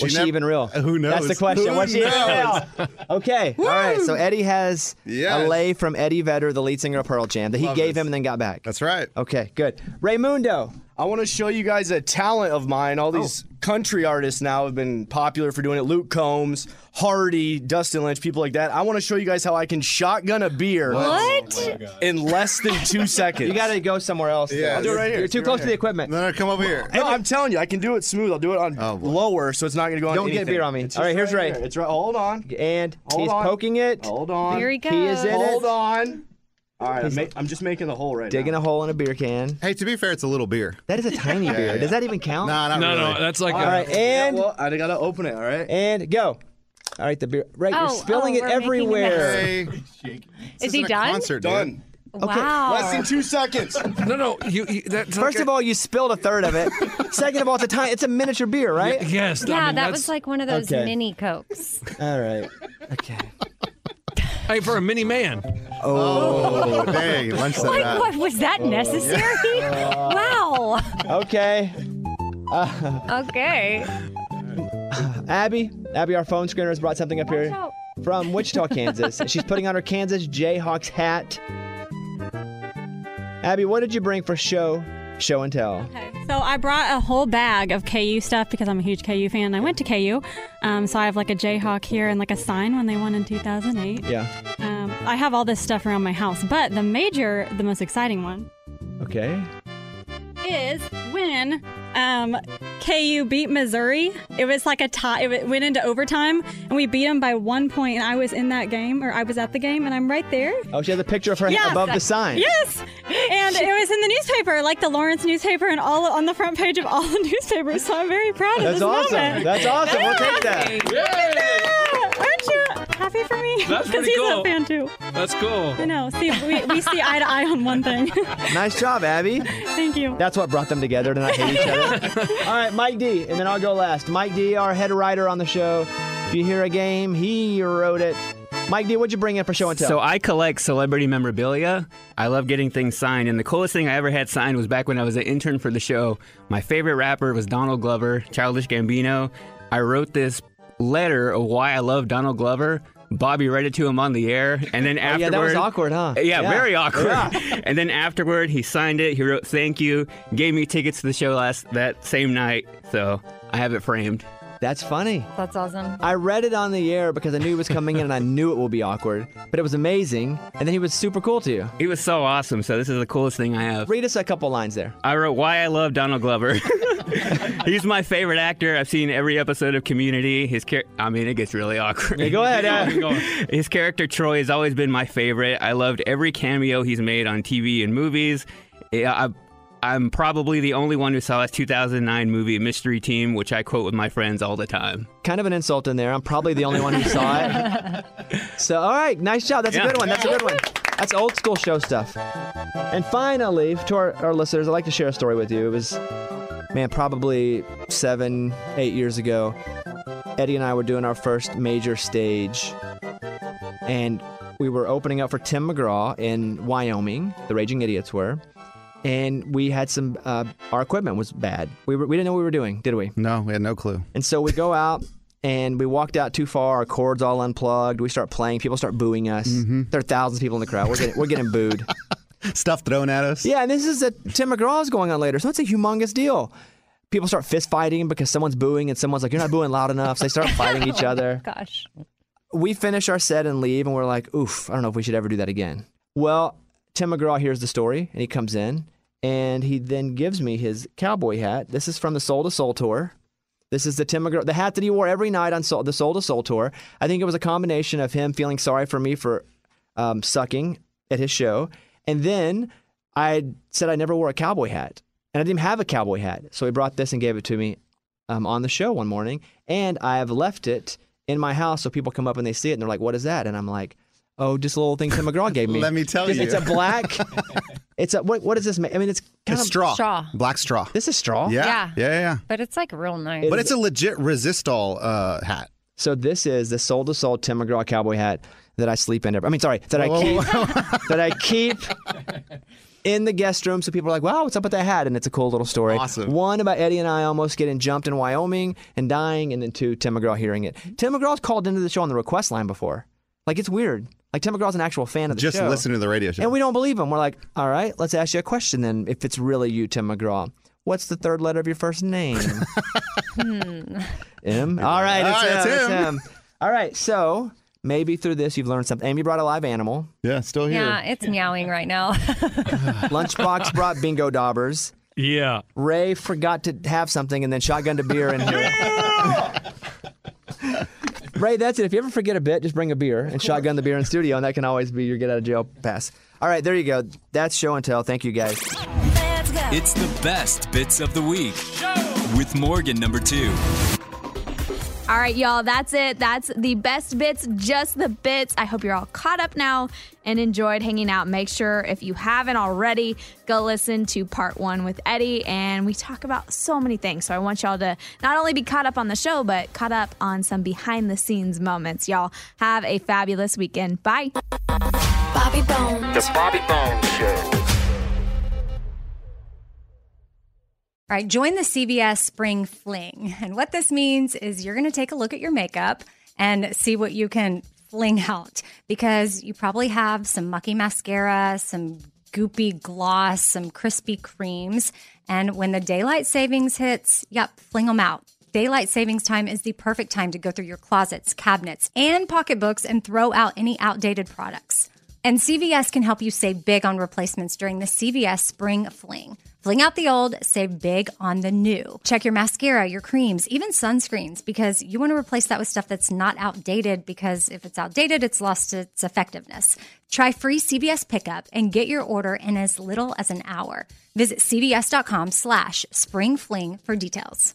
was she
nev-
even real?
Who knows?
That's the question.
Who
Was she even
knows?
real? Okay. All right. So Eddie has a
Yes.
lay from Eddie Vedder, the lead singer of Pearl Jam, that he
Love
gave
this.
him and then got back.
That's right.
Okay. Good. Raymundo. Oh.
I want to show you guys a talent of mine. All these country artists now have been popular for doing it. Luke Combs, Hardy, Dustin Lynch, people like that. I want to show you guys how I can shotgun a beer
Oh
What?
in less than two seconds.
You got to go somewhere else.
Yeah,
though.
I'll do it right here.
You're too
Do it right
close to the
here.
equipment.
No, no, come over here. Oh,
No, I'm telling you, I can do it smooth. I'll do it on lower, so it's not going to go on.
Don't get
anything.
beer on me.
It's
All right,
just
here's Ray.
here. It's right. Hold on.
And
Hold
he's
on.
poking it.
Hold on.
Here he
He is in
goes.
Hold on. All right, I'm,
He's-
ma- I'm just making the hole right
Digging a hole in a beer can.
Hey, to be fair, it's a little beer.
That is a tiny
Yeah,
beer.
yeah,
Does that even count?
Nah, not No, really. no,
that's like
All
a-
right, and
well, I gotta open it. All right,
and go. All right, the beer. Right,
Oh,
you're spilling
oh,
it
we're making a
everywhere.
mess. Is he done?
Done.
Wow.
Less than two seconds.
No, no. You. you that's
First of all, you spilled a third of it. Second of all, it's a tiny. It's a miniature beer, right?
yes.
Yeah, that was like one of those
Okay.
mini cokes.
All right.
Hey, for a mini man.
Oh, dang. Lunch said
like,
that.
what was
Oh,
that necessary? wow.
Okay. Uh,
Okay.
Abby, Abby, our phone screener has brought something up here
out.
from Wichita, Kansas. She's putting on her Kansas Jayhawks hat. Abby, what did you bring for show, show and tell?
So I brought a whole bag of KU stuff because I'm a huge KU fan. and I went to KU, um, so I have like a Jayhawk here and like a sign when they won in 2008.
Yeah.
Um, I have all this stuff around my house, but the major, the most exciting one,
Okay.
is when um, KU beat Missouri. It was like a tie. It went into overtime, and we beat them by one point. And I was in that game, or I was at the game, and I'm right there.
Oh, she has a picture of her
Yes.
above the sign.
Yes, and it was in the newspaper, like the Lawrence newspaper, and all on the front page of all the newspapers. So I'm very proud of
That's
this
awesome.
moment.
That's awesome. We'll take that.
Yeah. Aren't you happy for me?
That's
Because
pretty
he's
cool.
a fan too.
That's cool.
I know. See, we, we see eye to eye on one thing.
Nice job, Abby.
Thank you.
That's what brought them together to not hate each other. All right, Mike D, and then I'll go last. Mike D, our head writer on the show. If you hear a game, he wrote it. Mike D, what'd you bring in for show and tell?
So I collect celebrity memorabilia. I love getting things signed, and the coolest thing I ever had signed was back when I was an intern for the show. My favorite rapper was Donald Glover, Childish Gambino. I wrote this letter of why I love Donald Glover. Bobby read it to him on the air, and then
Oh,
afterward,
yeah, that was awkward, huh?
Yeah,
Yeah.
very awkward.
Yeah.
And then afterward, he signed it. He wrote "Thank you," gave me tickets to the show last that same night, so I have it framed.
That's funny.
That's awesome.
I read it on the air because I knew it was coming in and I knew it would be awkward, but it was amazing. And then he was super cool to you.
He was so awesome. So this is the coolest thing I have.
Read us a couple lines there.
I wrote why I love Donald Glover. He's my favorite actor. I've seen every episode of Community. His char- I mean, it gets really awkward.
Yeah, go ahead, uh.
Keep going. His character Troy has always been my favorite. I loved every cameo he's made on TV and movies. Yeah, I, I'm probably the only one who saw his 2009 movie Mystery Team, which I quote with my friends all the time.
Kind of an insult in there. I'm probably the only one who saw it. So, all right, nice job. That's a
Yeah.
good one. That's a good one. That's old school show stuff. And finally, to our, our listeners, I'd like to share a story with you. It was, man, probably seven, eight years ago. Eddie and I were doing our first major stage, and we were opening up for Tim McGraw in Wyoming. The Raging Idiots were, and we had some. Uh, our equipment was bad. We were, we didn't know what we were doing, did we?
No, we had no clue.
And so we go out and we walked out too far. Our cords all unplugged. We start playing. People start booing us. There are thousands of people in the crowd. We're getting, we're getting booed.
Mm-hmm. Stuff thrown at us.
Yeah, and this is a Tim McGraw's going on later, so it's a humongous deal. People start fist fighting because someone's booing and someone's like, "You're not booing loud enough." So they start fighting each other.
Gosh.
We finish our set and leave, and we're like, "Oof, I don't know if we should ever do that again." Well, Tim McGraw hears the story, and he comes in, and he then gives me his cowboy hat. This is from the Soul to Soul tour. This is the Tim McGraw, the hat that he wore every night on Soul, the Soul to Soul tour. I think it was a combination of him feeling sorry for me for um, sucking at his show, and then I said I never wore a cowboy hat, and I didn't have a cowboy hat, so he brought this and gave it to me um, on the show one morning, and I have left it in my house so people come up and they see it and they're like, "What is that?" And I'm like, "Oh, just a little thing Tim McGraw gave me."
Let me tell
It's-
you.
it's a black. it's a what? What does this? Make? I mean, it's kind
It's
of
straw.
Straw.
Black straw.
This is straw?
Yeah.
Yeah.
Yeah, yeah, yeah.
But it's like real nice.
But it's a legit Resistol uh, hat.
So this is the soul to soul Tim McGraw cowboy hat that I sleep in. Every, I mean, sorry, that I
Whoa,
keep
whoa,
that I keep in the guest room. So people are like, "Wow, what's up with that hat?" And it's a cool little story. Awesome. One about Eddie and I almost getting jumped in Wyoming and dying, and then two Tim McGraw hearing it. Tim McGraw's called into the show on the request line before. Like it's weird. Like Tim McGraw's an actual fan of the
Just
show.
listen to the radio show.
And we don't believe him. We're like, all right, let's ask you a question then. If it's really you, Tim McGraw, what's the third letter of your first name?
Hmm.
M. All right, it's,
All right,
him,
it's
it's
him.
him. All right, so maybe through this you've learned something. Amy brought a live animal.
Yeah, still
yeah, it's meowing right now.
Lunchbox brought bingo daubers. Yeah. Ray forgot to have something and then shotgunned a beer in here. Ray, that's it. If you ever forget a bit, just bring a beer and shotgun the beer in studio, and that can always be your get out of jail pass. All right, there you go. That's show and tell. Thank you, guys.
It's the best bits of the week with Morgan number two.
All right, y'all, that's it. That's the best bits, just the bits. I hope you're all caught up now and enjoyed hanging out. Make sure, if you haven't already, go listen to part one with Eddie. And we talk about so many things. So I want y'all to not only be caught up on the show, but caught up on some behind the scenes moments. Y'all have a fabulous weekend. Bye. Bobby Bone.
The Bobby Bones Show.
All right, join the CVS Spring Fling. And what this means is you're going to take a look at your makeup and see what you can fling out because you probably have some mucky mascara, some goopy gloss, some crispy creams. And when the daylight savings hits, yep, fling them out. Daylight savings time is the perfect time to go through your closets, cabinets, and pocketbooks and throw out any outdated products. And CVS can help you save big on replacements during the CVS Spring Fling. Fling out the old, save big on the new. Check your mascara, your creams, even sunscreens, because you want to replace that with stuff that's not outdated, because if it's outdated, it's lost its effectiveness. Try free CVS pickup and get your order in as little as an hour. Visit cvs.com slash springfling for details.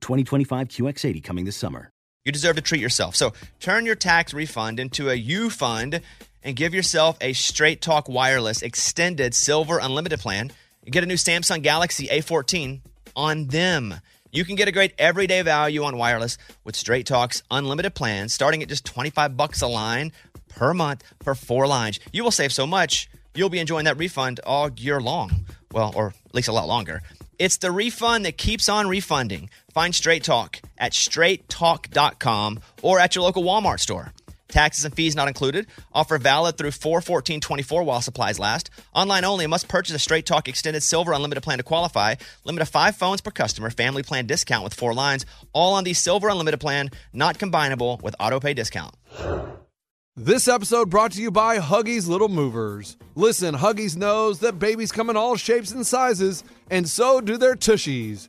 2025 QX80 coming this summer.
You deserve to treat yourself. So turn your tax refund into a U fund and give yourself a Straight Talk Wireless Extended Silver Unlimited plan. And get a new Samsung Galaxy A14 on them. You can get a great everyday value on wireless with Straight Talk's unlimited plans, starting at just 25 bucks a line per month for four lines. You will save so much, you'll be enjoying that refund all year long. Well, or at least a lot longer. It's the refund that keeps on refunding. Find Straight Talk at straighttalk.com or at your local Walmart store. Taxes and fees not included. Offer valid through 41424 while supplies last. Online only. Must purchase a Straight Talk Extended Silver Unlimited plan to qualify. Limit of five phones per customer. Family plan discount with four lines. All on the Silver Unlimited plan. Not combinable with auto pay discount.
This episode brought to you by Huggies Little Movers. Listen, Huggies knows that babies come in all shapes and sizes, and so do their tushies,